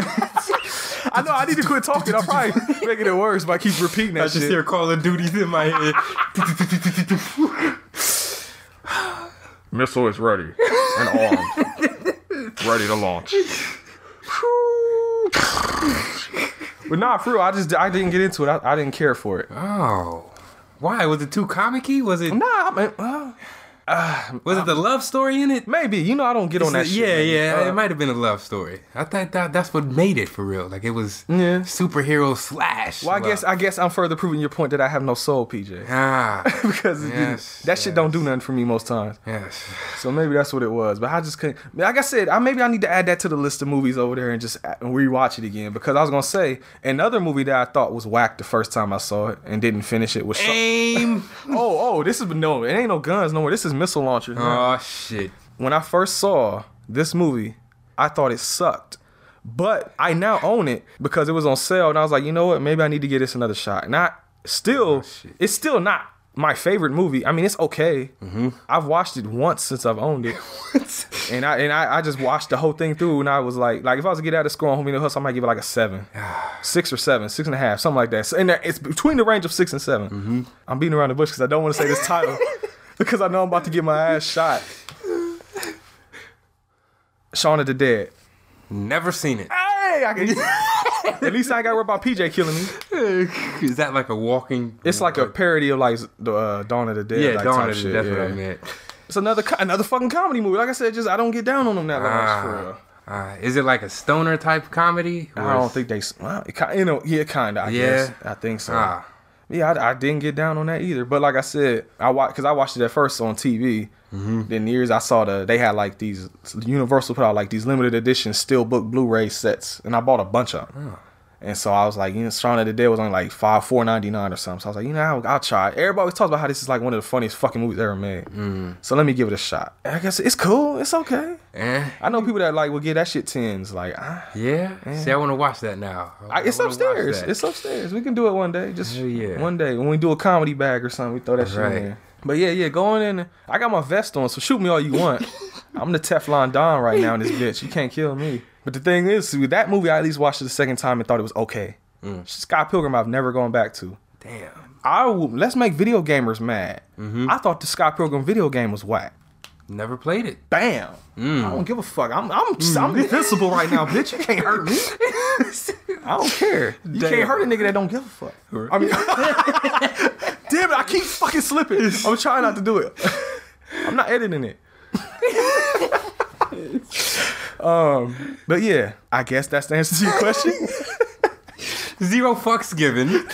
S1: [laughs] I know I need to quit talking. I'm probably making it worse by keep repeating that
S2: I just
S1: shit.
S2: hear Call of Duties in my head.
S1: Missile is ready and armed, [laughs] ready to launch. [laughs] but nah, for real, I just I didn't get into it. I, I didn't care for it.
S2: Oh. Why? Was it too comic-y? Was it
S1: Nah, I mean, uh,
S2: was it the love story in it?
S1: maybe you know I don't get on that.
S2: So,
S1: shit,
S2: yeah,
S1: man.
S2: yeah,
S1: Uh,
S2: it might have been a love story. I thought that that's what made it for real. Like it was
S1: Yeah.
S2: superhero slash.
S1: Well, I
S2: love.
S1: guess I guess I'm further proving your point that I have no soul, [laughs] PJ.
S2: ah
S1: Because it-
S2: Yes,
S1: that shit don't do nothing for me most times.
S2: yes.
S1: So maybe that's what it was. But I just couldn't. Like I said, I maybe I need to add that to the list of movies over there and just a- rewatch it again because I was gonna say another movie that I thought was whack the first time I saw it and didn't finish it was. Shaw-
S2: Aim.
S1: oh, oh, this is no, it ain't no guns no more. This is missile launchers. man.
S2: oh shit.
S1: when I first saw this movie, I thought it sucked. But I now own it because it was on sale, and I was like, you know what? Maybe I need to give this another shot. Not still, it's still not my favorite movie. I mean, it's okay. I've watched it once since I've owned it, and I and I, I just watched the whole thing through, and I was like, like if I was to get out of score on Homie No Hustle, I might give it like a
S2: [sighs]
S1: seven, six or seven, six and a half, something like that. So, and there- it's between the range of six and 7
S2: Mm-hmm.
S1: i I'm beating around the bush because I don't want to say this
S2: [laughs]
S1: title because I know I'm about to get my ass shot. Shaun of the Dead.
S2: Never seen it.
S1: Hey, I can. [laughs] At least I ain't got to worry about PJ killing me.
S2: Is that like a walking?
S1: It's like a parody of like the uh, Dawn of the Dead.
S2: yeah,
S1: like
S2: Dawn
S1: type
S2: of the
S1: shit,
S2: Dead, That's
S1: yeah.
S2: what I meant.
S1: It's another co- another fucking comedy movie. Like I said, just I don't get down on them that much for real.
S2: Uh, is it like a stoner type comedy?
S1: I don't think they. s- Well, it, ki- you know, yeah, kind of. I
S2: Yeah.
S1: guess I think so.
S2: Ah,
S1: Yeah, I, I didn't get down on that either. But like I said, I watched because I watched it at first on TV.
S2: Mm-hmm.
S1: Then years I saw the they had like these Universal put out like these limited edition steelbook Blu-ray sets, and I bought a bunch of them.
S2: Ah.
S1: And so I was like, you know, Shaun of the Dead was only like five four ninety nine or something. So I was like, you know, I'll, I'll try. it. Everybody always talks about how this is like one of the funniest fucking movies ever made.
S2: Mm.
S1: So let me give it a shot. And I guess it's cool. It's okay.
S2: eh,
S1: I know people that like will give that shit tens. Like, ah,
S2: yeah. See, I want to watch that now.
S1: I, it's
S2: wanna watch
S1: upstairs.
S2: that.
S1: It's upstairs. We can do it one day. Just
S2: Hell yeah.
S1: one day when we do a comedy bag or something, we throw that shit
S2: Right.
S1: in there. But yeah, yeah, going in. there. I got my vest on, so shoot me all you
S2: [laughs]
S1: want. I'm the Teflon Don right now in this bitch. You can't kill me. But the thing is, with that movie, I at least watched it the second time and thought it was okay.
S2: Mm.
S1: Scott Pilgrim, I've never gone back to.
S2: damn.
S1: I will, let's make video gamers mad.
S2: Mm-hmm.
S1: I thought the Scott Pilgrim video game was whack.
S2: Never played it.
S1: Bam. I don't give a fuck. I'm I'm, I'm invincible right now, bitch. You can't hurt me. I don't care. You
S2: Damn.
S1: can't hurt a nigga that don't give a fuck. I mean, damn it! I keep fucking slipping. I'm trying not to do it. I'm not editing it. um, but yeah, I guess that's the answer to your question.
S2: Zero fucks given.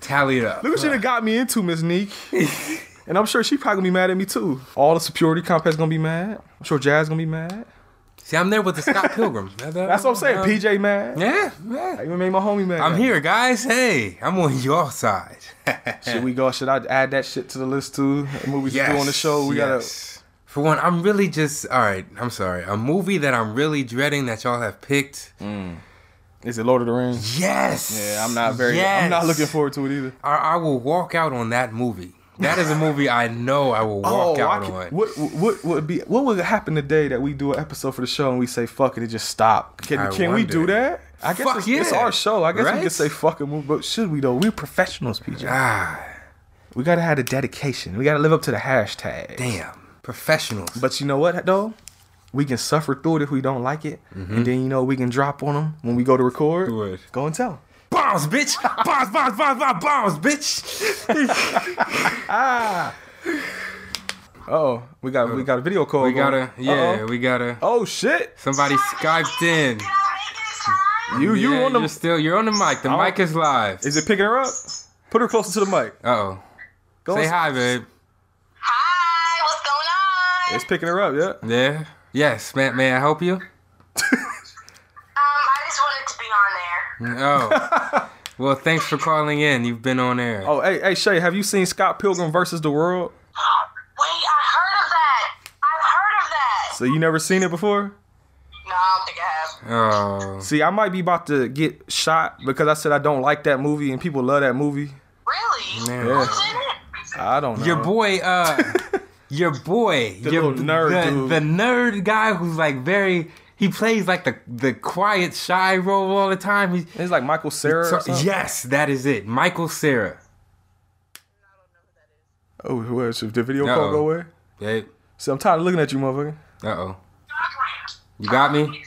S2: Tally it up.
S1: Look what you done got me into, Miss Neek. And I'm sure she probably gonna be mad at me too. All the security compacts gonna be mad. I'm sure Jazz gonna be mad.
S2: See, I'm there with the
S1: [laughs]
S2: Scott Pilgrim.
S1: That's what I'm saying. PJ mad.
S2: Yeah, yeah.
S1: I even made my homie mad.
S2: I'm here, guys. Hey, I'm on
S1: [laughs]
S2: your side.
S1: Should we go? Should I add that shit to the list too? Movies to do on the show. We
S2: yes. For one, I'm really just all right. I'm sorry. A movie that I'm really dreading that y'all have picked.
S1: gotta. Is it Lord of the Rings?
S2: Yes.
S1: Mm. Yeah, I'm not very. I'm not looking forward to it either.
S2: I, I will walk out on that movie. That is a movie I know I will walk
S1: Oh, I
S2: out
S1: could-
S2: on.
S1: what what would be what would happen today that we do an episode for the show and we say fuck it, it just stop? Can
S2: I
S1: can we do
S2: wonder.
S1: that? I guess
S2: Fuck
S1: it's, it's
S2: yeah.
S1: our show. I guess we
S2: Right?
S1: can say fuck it, move, but should we though? We're professionals, PJ.
S2: Ah,
S1: We gotta have the dedication. We gotta live up to the hashtag.
S2: damn. Professionals.
S1: But you know what though? We can suffer through it if we don't like it, and then you know we can drop on them when we go to record.
S2: Do it.
S1: Go and tell 'em.
S2: bombs, bitch. bombs, bombs, bombs, bombs, bombs, bitch.
S1: Oh, we got we got a video call.
S2: Uh, we
S1: going.
S2: gotta. Yeah,
S1: Uh-oh.
S2: we gotta.
S1: Oh shit!
S2: Somebody skyped in.
S1: You you
S2: Yeah,
S1: on the? Oh.
S2: You're still. You're on the mic. The
S1: I
S2: mic is live.
S1: Is it picking her up? Put her closer to the mic.
S2: Uh oh.
S1: Go
S2: Say
S1: and-
S2: hi, babe.
S4: Hi, what's going on?
S1: It's picking her up. Yeah.
S2: Yeah. Yes. May, may I help you?
S4: Um, I just wanted to be on there.
S1: [laughs]
S2: Oh. Well, thanks for calling in. You've been on air.
S1: Oh, hey, hey, Shay, have you seen Scott Pilgrim versus the World?
S4: Wait, I heard of that. I've heard of that.
S1: So you never seen it before?
S4: No, I don't think I have.
S2: Oh.
S1: See, I might be about to get shot because I said I don't like that movie and people love that movie.
S4: Really?
S2: Man.
S1: Yeah.
S4: Who's in it?
S1: I don't know.
S2: Your
S1: [laughs]
S2: boy, uh, your boy, your
S1: little nerd
S2: the,
S1: dude.
S2: the nerd guy who's like very. He plays like the the quiet, shy role all the time. He's,
S1: It's like Michael Sarah. or
S2: so-
S1: something?
S2: yes, that is it. Michael Sarah.
S1: Oh, who else? If the video
S2: Uh-oh.
S1: call go away?
S2: Hey,
S1: See, I'm tired of looking at you, motherfucker.
S2: uh oh. You got me.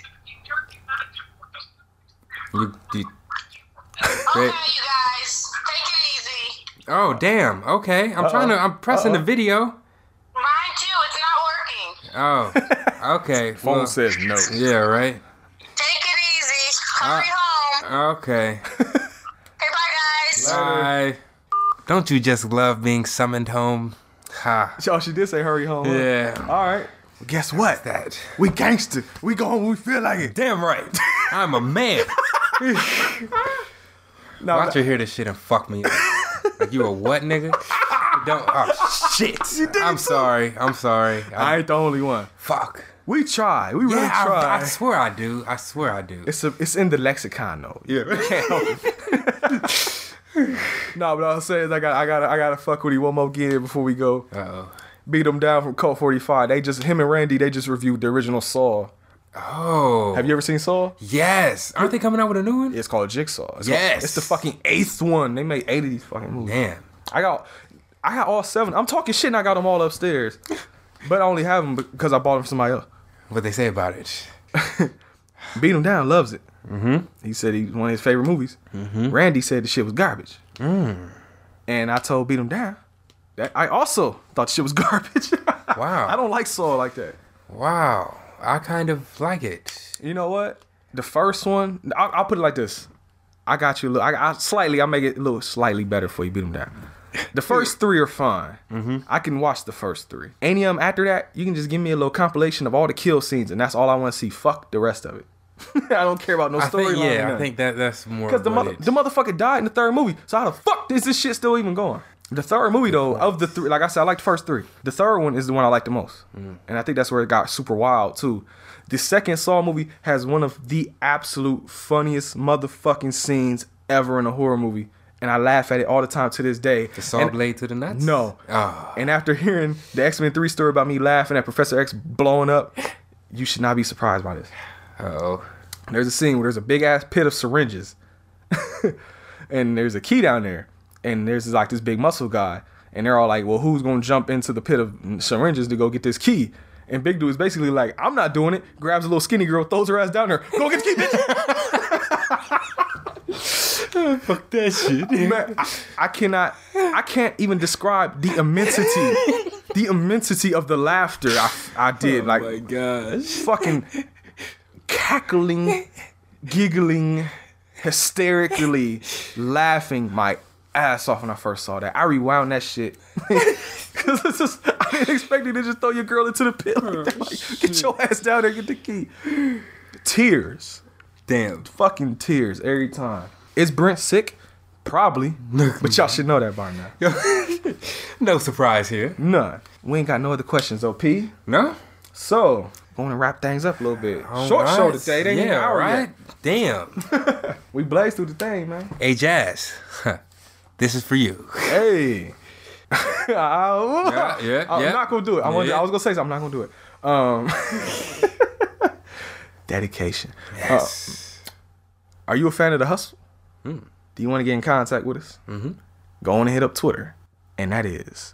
S2: You, you,
S4: Okay,
S2: Great.
S4: you guys, take it easy.
S2: oh damn. Okay, I'm trying to. I'm pressing the video.
S4: Mine too. It's not working.
S1: [laughs]
S2: Oh. Okay.
S1: Phone
S2: well,
S1: says no. [laughs]
S2: Yeah. Right.
S4: Take it easy.
S2: Uh,
S4: Hurry
S1: [laughs]
S4: home.
S2: Okay.
S4: Okay, bye guys.
S2: Bye. Don't you just love being summoned home? Ha.
S1: Y'all, she did say hurry home. huh?
S2: Yeah.
S1: All right.
S2: Guess what? That.
S1: We gangster. We go home when we feel like it.
S2: Damn right. I'm a man.
S1: [laughs] No,
S2: Watch her hear this shit and fuck me up. Like you a
S1: [laughs]
S2: what nigga? Don't oh shit. I'm sorry. I'm sorry. I,
S1: I ain't the only one.
S2: fuck.
S1: We try. We really
S2: Yeah, I-
S1: try.
S2: I, swear I do. I swear I do.
S1: It's a, it's in the lexicon though. Yeah, we [laughs] can't help it. no, but I'll say is I got I got I gotta fuck with you one more game before we go.
S2: Uh oh.
S1: Beat him down from Cult 45. They just him and Randy they just reviewed the original Saw.
S2: Oh.
S1: Have you ever seen Saw?
S2: yes. Aren't they coming out with a new one?
S1: It's called Jigsaw. It's
S2: Yes.
S1: called- it's the fucking eighth one. They made eight of these fucking movies.
S2: Damn.
S1: I got I got all seven. I'm talking shit and I got them all [laughs] upstairs. but I only have them because I bought them from somebody else.
S2: What they say about it?
S1: Beat him down, loves it. Mm-hmm. He said he one of his favorite movies.
S2: Mm-hmm.
S1: Randy said the shit was garbage.
S2: Mm.
S1: And I told Beat him down that I also thought the shit was [laughs] garbage.
S2: Wow.
S1: I don't like Saw like that.
S2: Wow. I kind of like it.
S1: You know what? The first one, I, I'll put it like this. I got you. a little- I, I slightly, I make it a little slightly better for you. Beat them down.
S2: [laughs]
S1: The first three are fine.
S2: Mm-hmm.
S1: I can watch the first three. Any of 'em after that, you can just give me a little compilation of all the kill scenes, and that's all I want to see. Fuck the rest of it. [laughs] I don't care about no
S2: I
S1: storyline.
S2: think yeah,
S1: or
S2: I
S1: nothing.
S2: think that that's more
S1: Because the
S2: what
S1: mother,
S2: it-
S1: the motherfucker died in the third movie. So how the fuck is this shit still even going? The third movie though, of the three, like I said, I like the first three. The third one is the one I like the most,
S2: Mm-hmm.
S1: and I think that's where it got super wild too. The second Saw movie has one of the absolute funniest motherfucking scenes ever in a horror movie, and I laugh at it all the time to this day.
S2: the saw
S1: And-
S2: blade to the nuts?
S1: No.
S2: Ah.
S1: And after hearing the X Men three story about me laughing at Professor X blowing up, you should not be surprised by this.
S2: Oh.
S1: There's a scene where there's a big ass pit of syringes, [laughs] and there's a key down there, and there's like this big muscle guy, and they're all like, "Well, who's gonna jump into the pit of syringes to go get this key?" And big dude is basically like, "I'm not doing it." Grabs a little skinny girl, throws her ass down there, go get the key, bitch.
S2: [laughs] Fuck that
S1: [laughs]
S2: shit.
S1: Man, I, I cannot, I can't even describe the immensity, the immensity of the laughter I, I
S2: Oh
S1: did. like
S2: gosh.
S1: fucking cackling, giggling, hysterically laughing my ass off when I first saw that. I rewound that shit. [laughs] Cause it's just, I didn't expect you to just throw your girl into the pit like that.
S2: Oh,
S1: Like, get your ass down there, get the key. Tears,
S2: Damn.
S1: fucking tears every time. Is Brent sick? Probably, but y'all should know that by now.
S2: No surprise here.
S1: None. We ain't got no other questions, OP.
S2: No?
S1: So, going to wrap things up a little bit.
S2: All
S1: Short
S2: right.
S1: show today. They ain't even an hour yet.
S2: Damn.
S1: We blazed through the thing, man.
S2: Hey, Jazz. [laughs] This is for you.
S1: [laughs] Hey.
S2: Yeah, yeah,
S1: I'm
S2: yeah.
S1: not gonna do it. I, wanna-
S2: Yeah.
S1: I was gonna say something. I'm not gonna do it. Um, [laughs] dedication. Uh,
S2: Yes. Hmm.
S1: Are you a fan of the hustle? Do you want to get in contact with us? Mm-hmm. Go on and hit up Twitter, and that is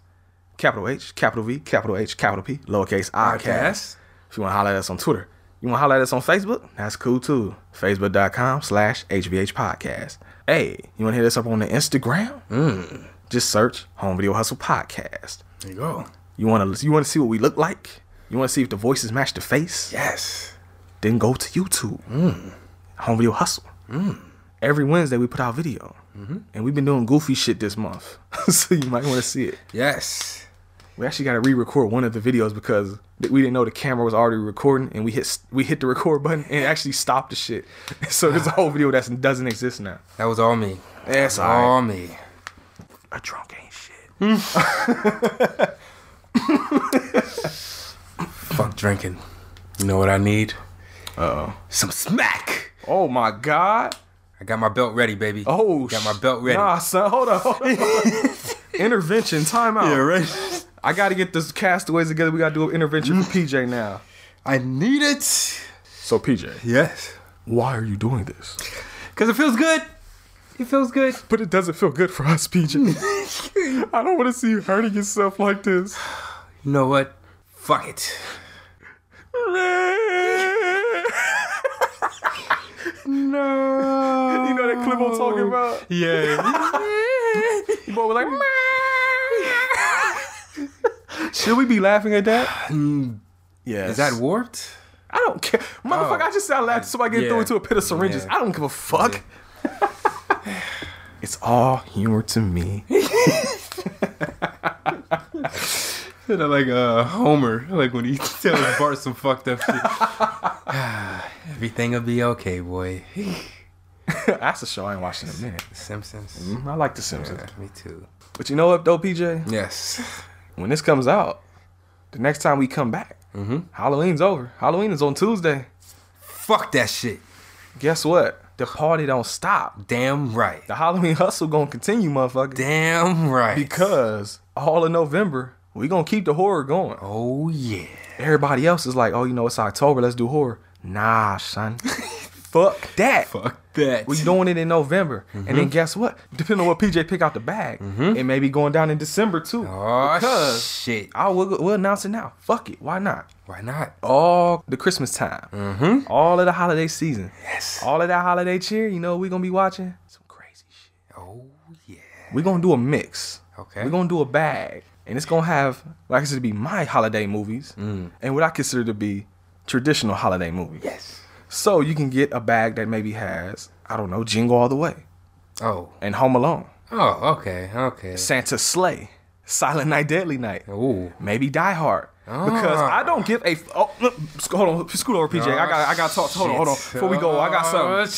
S1: capital H, capital V, capital H, capital P, lowercase i cast.
S2: Podcast.
S1: If you want to holler at us on Twitter, you want to holler at us on Facebook? That's cool too. Facebook.com slash HBH Podcast. Hey, you want to hit us up on the Instagram? Mm, Just search Home Video Hustle Podcast.
S2: There you go.
S1: You want to you want to see what we look like? You want to see if the voices match the face?
S2: Yes.
S1: Then go to YouTube. Mm, Home Video Hustle. Mm, Every Wednesday we put out Mm-hmm. [laughs] video, and we've been doing goofy shit this month, so you might want to see it.
S2: Yes.
S1: We actually got to re-record one of the videos because th- we didn't know the camera was already recording, and we hit s- we hit the record button and it actually stopped the shit. [laughs] So there's a whole video that doesn't exist now.
S2: That was all me.
S1: That's
S2: All me.
S1: A drunk ain't shit.
S2: Fuck drinking. You know what I need?
S1: Uh oh.
S2: Some smack.
S1: Oh my god.
S2: I got my belt ready, baby.
S1: Oh.
S2: got my
S1: sh-
S2: belt ready.
S1: Nah, son. Hold on. Hold on. [laughs] intervention. Timeout.
S2: right.
S1: I got to get this castaways together. We got to do an intervention for PJ now.
S2: I need it.
S1: Mm. So PJ,
S2: Yes.
S1: why are you doing this?
S2: Cause it feels good. It feels good.
S1: But it doesn't feel good for us, [laughs] PJ. I don't want to see you hurting yourself like this.
S2: You know what? Fuck it.
S1: no. You know that clip I'm talking about?
S2: [laughs] Yeah.
S1: Boy was like, should we be laughing at
S2: [sighs]
S1: that?
S2: Mm,
S1: Yes.
S2: Is that warped?
S1: I don't care. Motherfucker, I just said I laughed so I get
S2: Oh. Yeah.
S1: thrown into a pit of syringes.
S2: Yeah.
S1: I don't give a fuck. [laughs] it's all humor to me. [laughs]
S2: like uh, Homer, like when he [laughs] tells Bart some fucked up shit. [sighs] Everything'll be okay, boy.
S1: That's a show I ain't watching in a minute.
S2: Simpsons.
S1: I like The Simpsons.
S2: Yeah, me too.
S1: But you know what, though, PJ?
S2: Yes.
S1: When this comes out, the next time we come back,
S2: Mm-hmm.
S1: Halloween's over. Halloween is on Tuesday.
S2: Fuck that shit.
S1: Guess what? The party don't stop.
S2: Damn right.
S1: The Halloween [laughs] hustle gonna continue, motherfucker.
S2: Damn right.
S1: Because all of November, we gonna keep the horror going.
S2: Oh yeah.
S1: Everybody else is like, oh, you know, it's October, let's do horror. Nah,
S2: [laughs]
S1: son. Fuck that.
S2: Fuck Mm-hmm. that.
S1: We doing it in November. And then guess what? Depending on what PJ pick out the bag, it may be going down in December too.
S2: Mm-hmm.
S1: [laughs]
S2: Oh
S1: because
S2: shit.
S1: I will we'll announce it now. Fuck it. Why not?
S2: Why not?
S1: All the Christmas time. Mm-hmm. All of the holiday season.
S2: Yes.
S1: All of that holiday cheer, you know what we gonna be watching? Some crazy shit.
S2: Oh yeah.
S1: We're gonna do a mix.
S2: Okay.
S1: We're gonna do a bag. And it's gonna have what I consider to be my holiday movies
S2: Mm.
S1: and what I consider to be traditional holiday movies.
S2: Yes.
S1: So you can get a bag that maybe has, I don't know, Jingle All the Way
S2: Oh.
S1: and Home Alone,
S2: Oh. Okay. Okay.
S1: Santa Sleigh, Silent Night, Deadly Night.
S2: Ooh.
S1: Maybe Die Hard. Because
S2: Oh. Ah.
S1: I don't give a. F- oh, look, sc- hold on, scoot over, PJ. I got, I got to talk. Hold on, hold on.
S2: Shit.
S1: Before we go, I got
S2: Oh,
S1: something.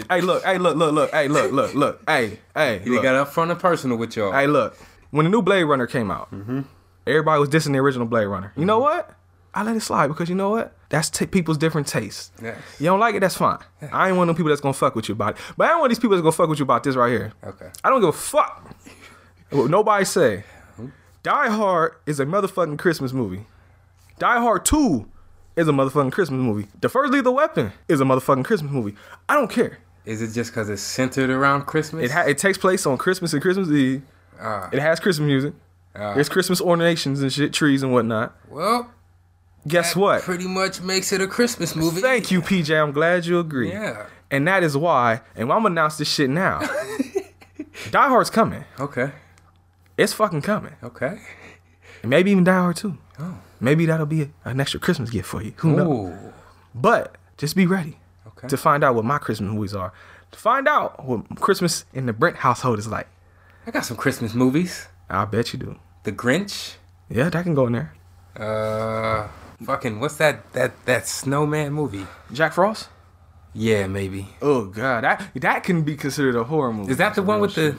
S2: shit.
S1: Hey, look, hey, look, look, look, hey, look, look, look, hey, hey.
S2: You
S1: look.
S2: got up front and personal with y'all.
S1: Hey, look, when the new Blade Runner came out,
S2: Mm-hmm.
S1: everybody was dissing the original Blade Runner. You know what? I let it slide because you know what? That's t- people's different tastes.
S2: Yes.
S1: You don't like it, that's fine. I ain't one of them people that's gonna fuck with you about it. But I ain't one of these people that's gonna fuck with you about this right here.
S2: Okay.
S1: I don't give a fuck. what nobody say. Die Hard is a motherfucking Christmas movie. Die Hard 2 is a motherfucking Christmas movie. The first Lethal Weapon is a motherfucking Christmas movie. I don't care.
S2: Is it just because it's centered around Christmas?
S1: It ha- it takes place on Christmas and Christmas Eve. it has Christmas music. There's Christmas ornaments and shit, trees and whatnot.
S2: well,
S1: Guess what?
S2: pretty much makes it a Christmas movie.
S1: Thank you, PJ. I'm glad you agree.
S2: Yeah.
S1: And that is why, and I'm gonna announce this shit
S2: [laughs]
S1: now. Die Hard's coming.
S2: Okay.
S1: It's fucking coming.
S2: Okay. Oh.
S1: And maybe even Die Hard too. Maybe that'll be a, an extra Christmas gift for you. Who knows?
S2: Ooh.
S1: But just be ready
S2: Okay.
S1: to find out what my Christmas movies are. To find out what Christmas in the Brent household is like.
S2: I got some Christmas movies.
S1: I bet you do.
S2: The Grinch.
S1: Yeah, that can go in there.
S2: Uh, fucking what's that that that snowman movie?
S1: Jack Frost.
S2: Yeah, maybe.
S1: Oh god, that that can be considered a horror movie.
S2: Is that the one with the?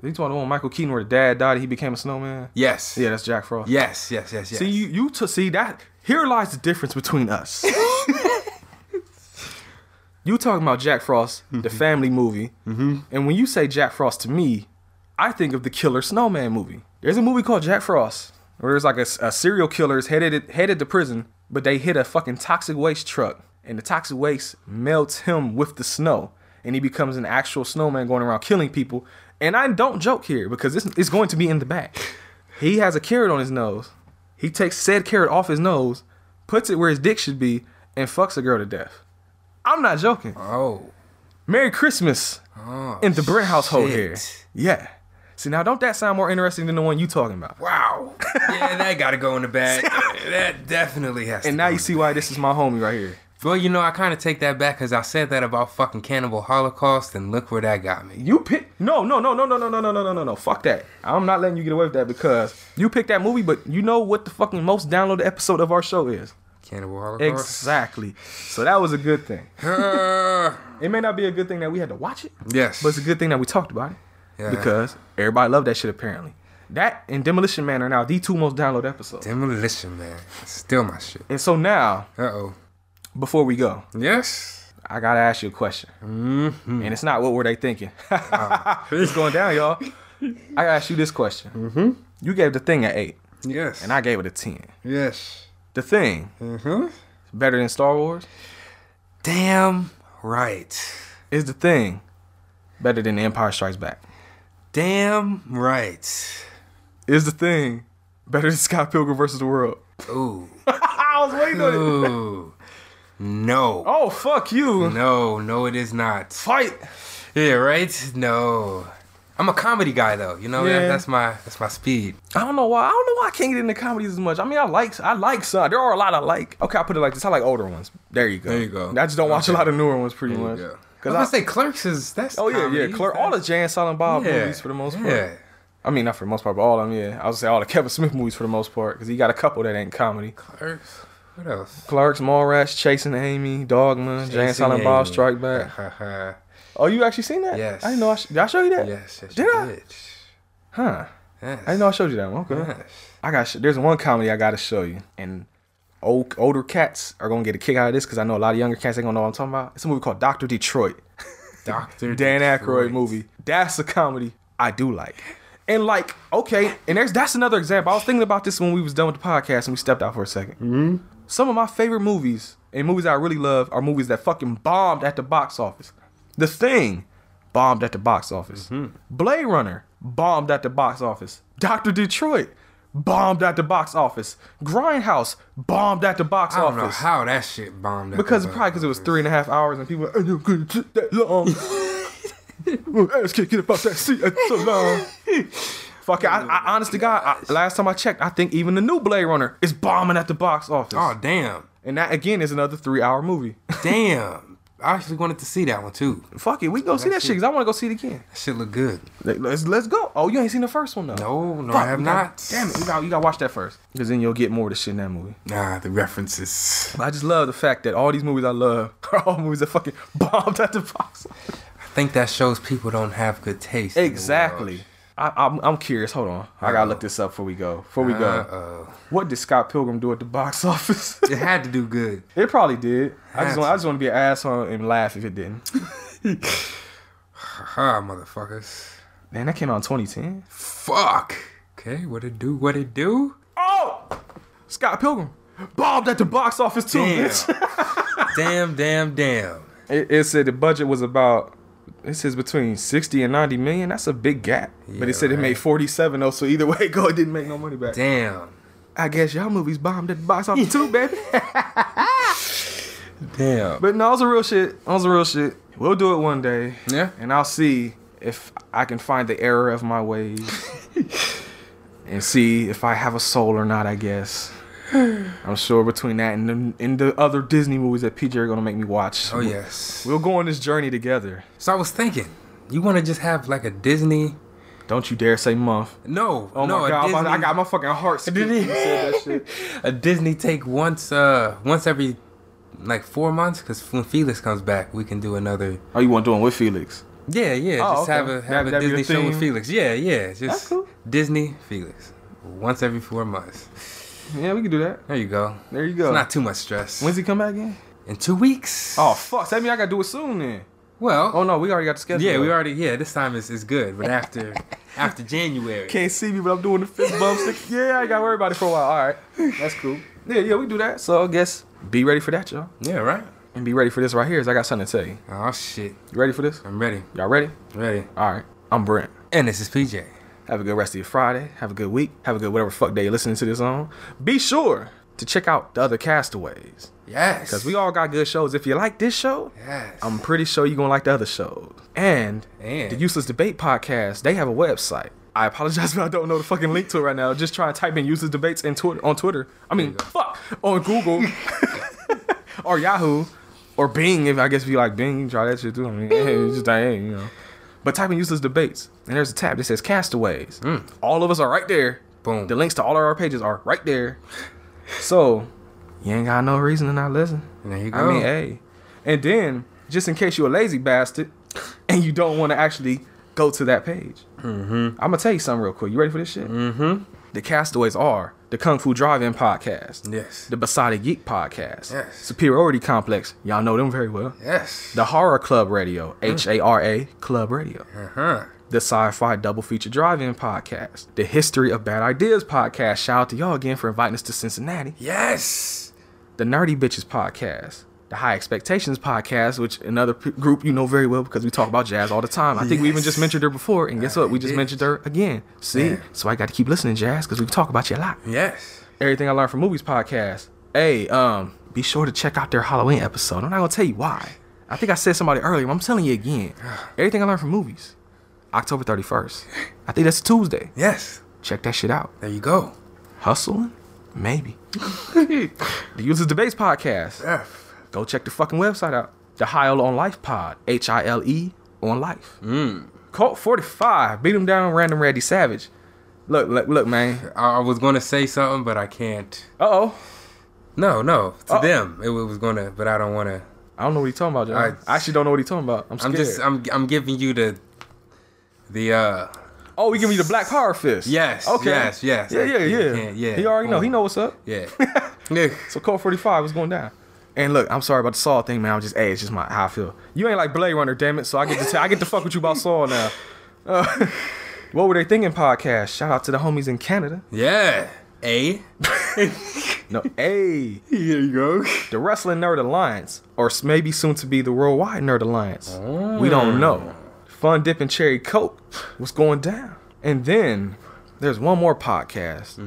S1: You talking about the one with Michael Keaton where the dad died and he became a snowman?
S2: Yes.
S1: Yeah, that's Jack Frost.
S2: Yes. Yes. Yes. Yes.
S1: See you you to see that here lies the difference between us. you talking about Jack Frost, the family movie, and when you say Jack Frost to me, I think of the Killer Snowman movie. There's a movie called Jack Frost where there's like a, a serial killer's headed headed to prison, but they hit a fucking toxic waste truck, and the toxic waste melts him with the snow, and he becomes an actual snowman going around killing people. And I don't joke here because it's, it's going to be in the back. He has a carrot on his nose. He takes said carrot off his nose, puts it where his dick should be, and fucks a girl to death. I'm not joking.
S2: Oh.
S1: Merry Christmas in the Brent household here.
S2: shit.
S1: Yeah. See now, don't that sound more interesting than the one you talking about?
S2: [laughs] Wow.
S1: [laughs]
S2: yeah, that gotta go in the bag. that definitely has. to
S1: And now
S2: go
S1: you
S2: in
S1: see why this is my homie right here.
S2: Well, you know, I kind of take that back because I said that about fucking Cannibal Holocaust, and look where that got me.
S1: You pick no no no no no no no no no no no no fuck that. I'm not letting you get away with that because you picked that movie, but you know what the fucking most downloaded episode of our show is.
S2: Cannibal Holocaust. [laughs]
S1: Exactly. So that was a good thing.
S2: Exactly.
S1: It may not be a good thing that we had to watch it,
S2: yes.
S1: but it's a good thing that we talked about it
S2: Yeah.
S1: because everybody loved that shit apparently. That and Demolition Man are now the two most downloaded episodes.
S2: Demolition Man. Still my shit.
S1: And so now,
S2: Uh oh.
S1: before we go,
S2: Yes.
S1: I gotta ask you a question, and it's not what were they thinking. [laughs] it's going down, y'all. I gotta ask you this question. Mm-hmm. You gave the thing an eight,
S2: Yes.
S1: and I gave it a ten.
S2: Yes.
S1: The thing
S2: Mm-hmm.
S1: better than Star Wars.
S2: Damn right.
S1: Is the thing better than The Empire Strikes Back?
S2: Damn right.
S1: Is the thing better than Scott Pilgrim versus the World?
S2: Ooh.
S1: I was waiting on it.
S2: Ooh.
S1: [laughs]
S2: No.
S1: Oh fuck you!
S2: No, no, it is not.
S1: Fight.
S2: Yeah, right? No. I'm a comedy guy though, you know that,
S1: Yeah.
S2: that's my that's my speed.
S1: I don't know why. I don't know why I can't get into comedies as much. I mean, I like I like some. There are a lot I like. Okay, I put it like this. I like older ones. There you go.
S2: There you go.
S1: I just don't watch a
S2: Okay.
S1: lot of newer ones, pretty much.
S2: Because I
S1: Cause
S2: was
S1: I,
S2: gonna say Clerks is that's
S1: oh yeah,
S2: comedy.
S1: yeah. Clerk, all the Jan Silent Bob
S2: Yeah.
S1: movies for the most part.
S2: Yeah.
S1: I mean, not for the most part, but all of them. Yeah, I would say all the Kevin Smith movies for the most part because he got a couple that ain't comedy.
S2: Clerks. What else?
S1: Clerks, Mallrats, Chasing Amy, Dogma, Jan
S2: Jason
S1: Silent Bob,
S2: Amy.
S1: Strike Back. Oh, you actually seen that?
S2: Yes.
S1: I didn't know. I sh- did I show you that?
S2: yes, yes,
S1: Did
S2: you
S1: I?
S2: did.
S1: Huh.
S2: Yes.
S1: I didn't know I showed you that one. Okay.
S2: Yes.
S1: I got. There's one comedy I got to show you, and old, older cats are gonna get a kick out of this because I know a lot of younger cats ain't gonna know what I'm talking about. It's a movie called Doctor Detroit,
S2: Doctor
S1: Dan Aykroyd
S2: Detroit.
S1: movie. That's a comedy I do like, and like okay, and there's that's another example. I was thinking about this when we was done with the podcast and we stepped out for a 2nd Mm-hmm. Some of my favorite movies and movies I really love are movies that fucking bombed at the box office. The Thing bombed at the box office.
S2: Mm-hmm.
S1: Blade Runner bombed at the box office. Doctor Detroit bombed at the box office. Grindhouse bombed at the box
S2: I don't know
S1: office.
S2: how that shit bombed. at
S1: Because
S2: the
S1: probably because it was
S2: box
S1: three and a half hours and people were, "Ain't no gonna take that long. Well, ass can't get up off that seat that's so long. Fuck it. I, I honest to God, I, last time I checked, I think even the new Blade Runner is bombing at the box office.
S2: office. Oh
S1: [laughs]
S2: damn,
S1: And that again is another three hour movie. [laughs]
S2: damn! I actually wanted to see that one too.
S1: Fuck it, we can go see that shit because I want to go see it again.
S2: That shit look good.
S1: Let- Let's let's go. Oh, you ain't seen the first one though.
S2: No, no,
S1: Fuck,
S2: I have
S1: we gotta-
S2: not.
S1: damn it, you got you got to watch that first because then you'll get more of the shit in that movie.
S2: Nah, the references.
S1: I just love the fact that all these movies I love [laughs] are all movies that fucking bombed at the box. office.
S2: I think that shows people don't have good taste. in the world.
S1: Exactly. I, I'm, I'm curious. Hold on. I gotta look this up before we go. Before we go,
S2: Uh-oh.
S1: what did Scott Pilgrim do at the box [laughs] office?
S2: It had to do good.
S1: it probably did. I just, want,
S2: Had to.
S1: I just want to be an asshole and laugh if it didn't.
S2: Haha, motherfuckers.
S1: Man, that came out in 2010.
S2: Fuck. Okay, what it do? What it do?
S1: Oh, Scott Pilgrim bombed at the box office too.
S2: Damn. [laughs]
S1: Bitch.
S2: damn, damn, damn.
S1: It, it said the budget was about. It says between 60 and 90 million. That's a big gap. but
S2: Yeah,
S1: it said it
S2: right.
S1: made 47 though. So either [laughs] way, it go, it didn't make no money back.
S2: Damn.
S1: I guess y'all movies bombed at the
S2: [laughs]
S1: box office too, baby.
S2: Damn.
S1: But no, it's a real shit. That was a real shit. We'll do it one day.
S2: Yeah.
S1: And I'll see if I can find the error of my
S2: [laughs]
S1: ways. and see if I have a soul or not, I
S2: [sighs]
S1: guess. I'm sure between that and the, and the other Disney movies that PJ are going to make me watch.
S2: Oh yes.
S1: We'll go on this journey together.
S2: So I was thinking, you want to just have like a Disney?
S1: Don't you dare say month.
S2: No,
S1: Oh
S2: no,
S1: my
S2: a
S1: god,
S2: Disney,
S1: my- I got my fucking
S2: [laughs]
S1: heart skipped. when you said that shit.
S2: a Disney take once, uh, once every like four months, because when Felix comes back, we can do another.
S1: Oh, you want doing with Felix?
S2: Yeah, yeah,
S1: Oh,
S2: just
S1: okay.
S2: have a have
S1: That'd-
S2: a
S1: that'd be a
S2: Disney show with
S1: theme.
S2: Felix. Yeah, yeah, just
S1: cool.
S2: Disney Felix, once every four months.
S1: Yeah, we can do that.
S2: There you go.
S1: There you go.
S2: It's not too much stress.
S1: When's he come back again?
S2: In two weeks.
S1: Oh fuck, so that mean I gotta do it soon then.
S2: well.
S1: Oh no, we already got the schedule.
S2: yeah,
S1: up.
S2: we already. Yeah, this time is is good, but after after January.
S1: can't see me, but I'm doing the fist bump stick. Yeah, I gotta worry about it for a while. All right, that's cool. Yeah, yeah, we do that. So I guess be ready for that, y'all,
S2: Yeah, right.
S1: and be ready for this right here. Is I got something to tell you.
S2: Oh shit,
S1: You ready for this?
S2: I'm ready,
S1: Y'all ready?
S2: ready.
S1: All right, I'm Brent.
S2: And this is PJ.
S1: Have a good rest of your Friday. Have a good week. Have a good whatever fuck day you're listening to this on. Be sure to check out the other castaways
S2: Yes.
S1: because we all got good shows. If you like this show,
S2: Yes.
S1: I'm pretty sure you're gonna like the other shows. And,
S2: And-
S1: the Useless Debate podcast, they have a website. I apologize [laughs] if I don't know the fucking link to it right now. Just try and type in useless debates in Twitter on Twitter. I mean, fuck on Google. or Yahoo or Bing. If I guess if you like Bing, you can try that shit too. I mean, hey, it's just like, hey, you know. But type in useless debates, and there's a tab that says castaways. All of us are right there.
S2: Boom.
S1: The links to all of our pages are right there. So you ain't got no reason to not listen.
S2: There you go.
S1: I mean, hey. And then, just in case you're a lazy bastard [laughs] and you don't want to actually go to that page, I'm
S2: Mm-hmm.
S1: going to tell you something real quick. You ready for this shit? Mm-hmm. The Castaways are the Kung Fu Drive In podcast,
S2: Yes.
S1: the Basada Geek podcast,
S2: Yes.
S1: Superiority Complex. Y'all know them very well.
S2: yes. Mm.
S1: The Horror Club Radio, H A R A Club Radio.
S2: Uh-huh.
S1: The Sci Fi Double Feature Drive In podcast. The History of Bad Ideas podcast. Shout out to y'all again for inviting us to Cincinnati
S2: Yes.
S1: the Nerdy Bitches podcast, the High Expectations podcast, which another p- group you know very well because we talk about jazz all the time. I think we even just
S2: Yes.
S1: mentioned her before, and guess what? We just
S2: did.
S1: mentioned her again. See,
S2: Yeah.
S1: so I got to keep listening, jazz, because we talk about you a lot.
S2: Yes.
S1: Everything I learned from movies podcast. Hey, um, be sure to check out their Halloween episode. I'm not gonna tell you why. I think I said somebody earlier, but I'm telling you
S2: [sighs]
S1: again. Everything I learned from movies, October 31st. I think that's Tuesday.
S2: Yes.
S1: Check that shit out.
S2: There you go.
S1: Hustling,
S2: [laughs]
S1: maybe. the Users Debates podcast
S2: F.
S1: go check the fucking website out. The Hile on Life Pod, H I L E on Life. Mm. Colt 45, beat him down, random Randy Savage. Look, look, look, man.
S2: I I was gonna say something, but I can't.
S1: Uh oh.
S2: No, no. To
S1: Oh.
S2: them, it was gonna, but I don't wanna.
S1: I don't know what he's talking about, John.
S2: I-
S1: I, actually don't know what he's talking about. I'm
S2: I'm
S1: scared.
S2: just. I'm. I'm giving you the. The uh.
S1: oh, he giving you the black power fist.
S2: Yes, yes, yes.
S1: Yeah, yeah,
S2: You
S1: yeah.
S2: can't- yeah.
S1: He already know. He
S2: Mm.
S1: know what's up.
S2: [laughs] Yeah. Yeah.
S1: So Colt 45 was going down. And look, I'm sorry about the Saw thing, man. I'm just, hey, it's just my how I feel. You ain't like Blade Runner, damn it. So I get to tell, I get to fuck with you about Saw now. Uh, [laughs] what were they thinking? Podcast. Shout out to the homies in Canada.
S2: yeah. A.
S1: No, hey,
S2: Here you go.
S1: the Wrestling Nerd Alliance, or s- maybe soon to be the Worldwide Nerd Alliance. We don't know. Fun Dip and Cherry Coke was going down. And then there's one more podcast.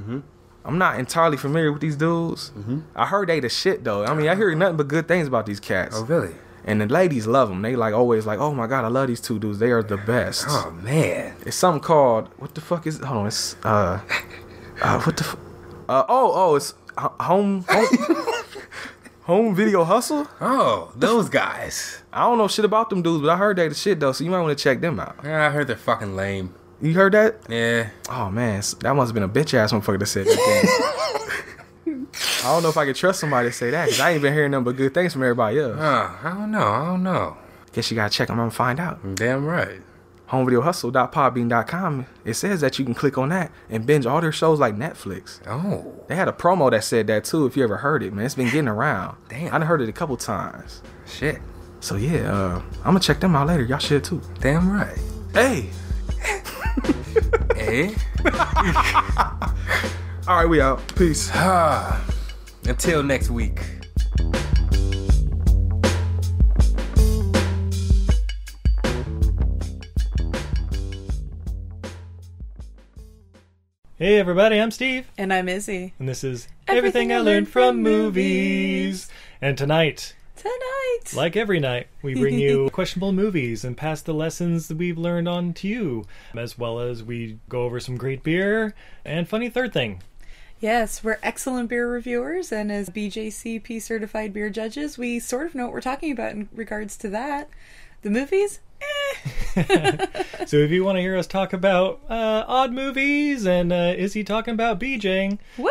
S1: I'm not entirely familiar with these dudes. I heard they the shit though. I mean, I hear nothing but good things about these cats.
S2: Oh really?
S1: And the ladies love them. They like always like, oh my god, I love these two dudes. They are the best.
S2: Oh man.
S1: It's something called what the fuck is? Hold on, it's uh, uh what the? F- uh, oh oh, it's ho- home home, home video hustle.
S2: Oh, those guys.
S1: I don't know shit about them dudes, but I heard they the shit though, so you might want to check them out.
S2: Yeah, I heard they're fucking lame.
S1: You heard that?
S2: Yeah.
S1: Oh man, s- that must have been a bitch ass motherfucker that said that. thing. I don't know if I could trust somebody to say that because I ain't been hearing nothing but good things from everybody else.
S2: Huh. I don't know. I don't know.
S1: Guess you gotta check them out and find out.
S2: Damn right.
S1: homevideohustle.podbean.com, it says that you can click on that and binge all their shows like Netflix.
S2: Oh.
S1: They had a promo that said that too, if you ever heard it, man. It's been getting around.
S2: Damn.
S1: I done heard it a couple times.
S2: Shit.
S1: So yeah, uh, I'm gonna check them out later. Y'all should too.
S2: Damn right.
S1: Hey!
S2: Eh?
S1: Alright, we out. Peace.
S2: Ah. Until next week.
S5: Hey everybody, I'm Steve,
S6: And I'm Izzy.
S5: and this is Everything, I Learned from Movies. And tonight,
S6: Tonight.
S5: like every night, we bring [laughs] you questionable movies and pass the lessons that we've learned on to you, as well as we go over some great beer and funny third [laughs] thing.
S6: Yes, we're excellent beer reviewers, and as BJCP certified beer judges, we sort of know what we're talking about in regards to that. The movies? Eh.
S5: So if you want to hear us talk about uh, odd movies and uh, Izzy talking about BJing,
S6: Woo!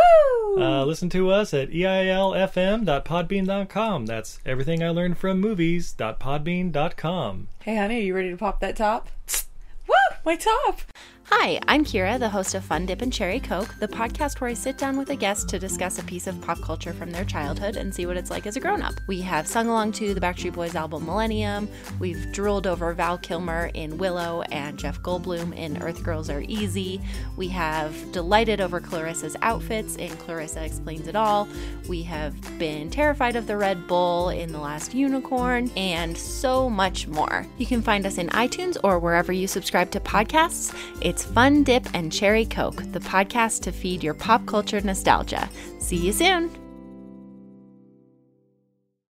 S5: uh, listen to us at eilfm.podbean.com. That's everything I learned from movies.podbean.com.
S6: hey, honey, you ready to pop that top? Woo! My top!
S7: Hi, I'm Kira, the host of Fun Dip and Cherry Coke, the podcast where I sit down with a guest to discuss a piece of pop culture from their childhood and see what it's like as a grown up. We have sung along to the Backstreet Boys album Millennium, we've drooled over Val Kilmer in Willow and Jeff Goldblum in Earth Girls Are Easy, we have delighted over Clarissa's outfits in Clarissa Explains It All, we have been terrified of the Red Bull in The Last Unicorn, and so much more. You can find us in iTunes or wherever you subscribe to podcasts. It's Fun Dip and Cherry Coke, the podcast to feed your pop culture nostalgia. See you soon!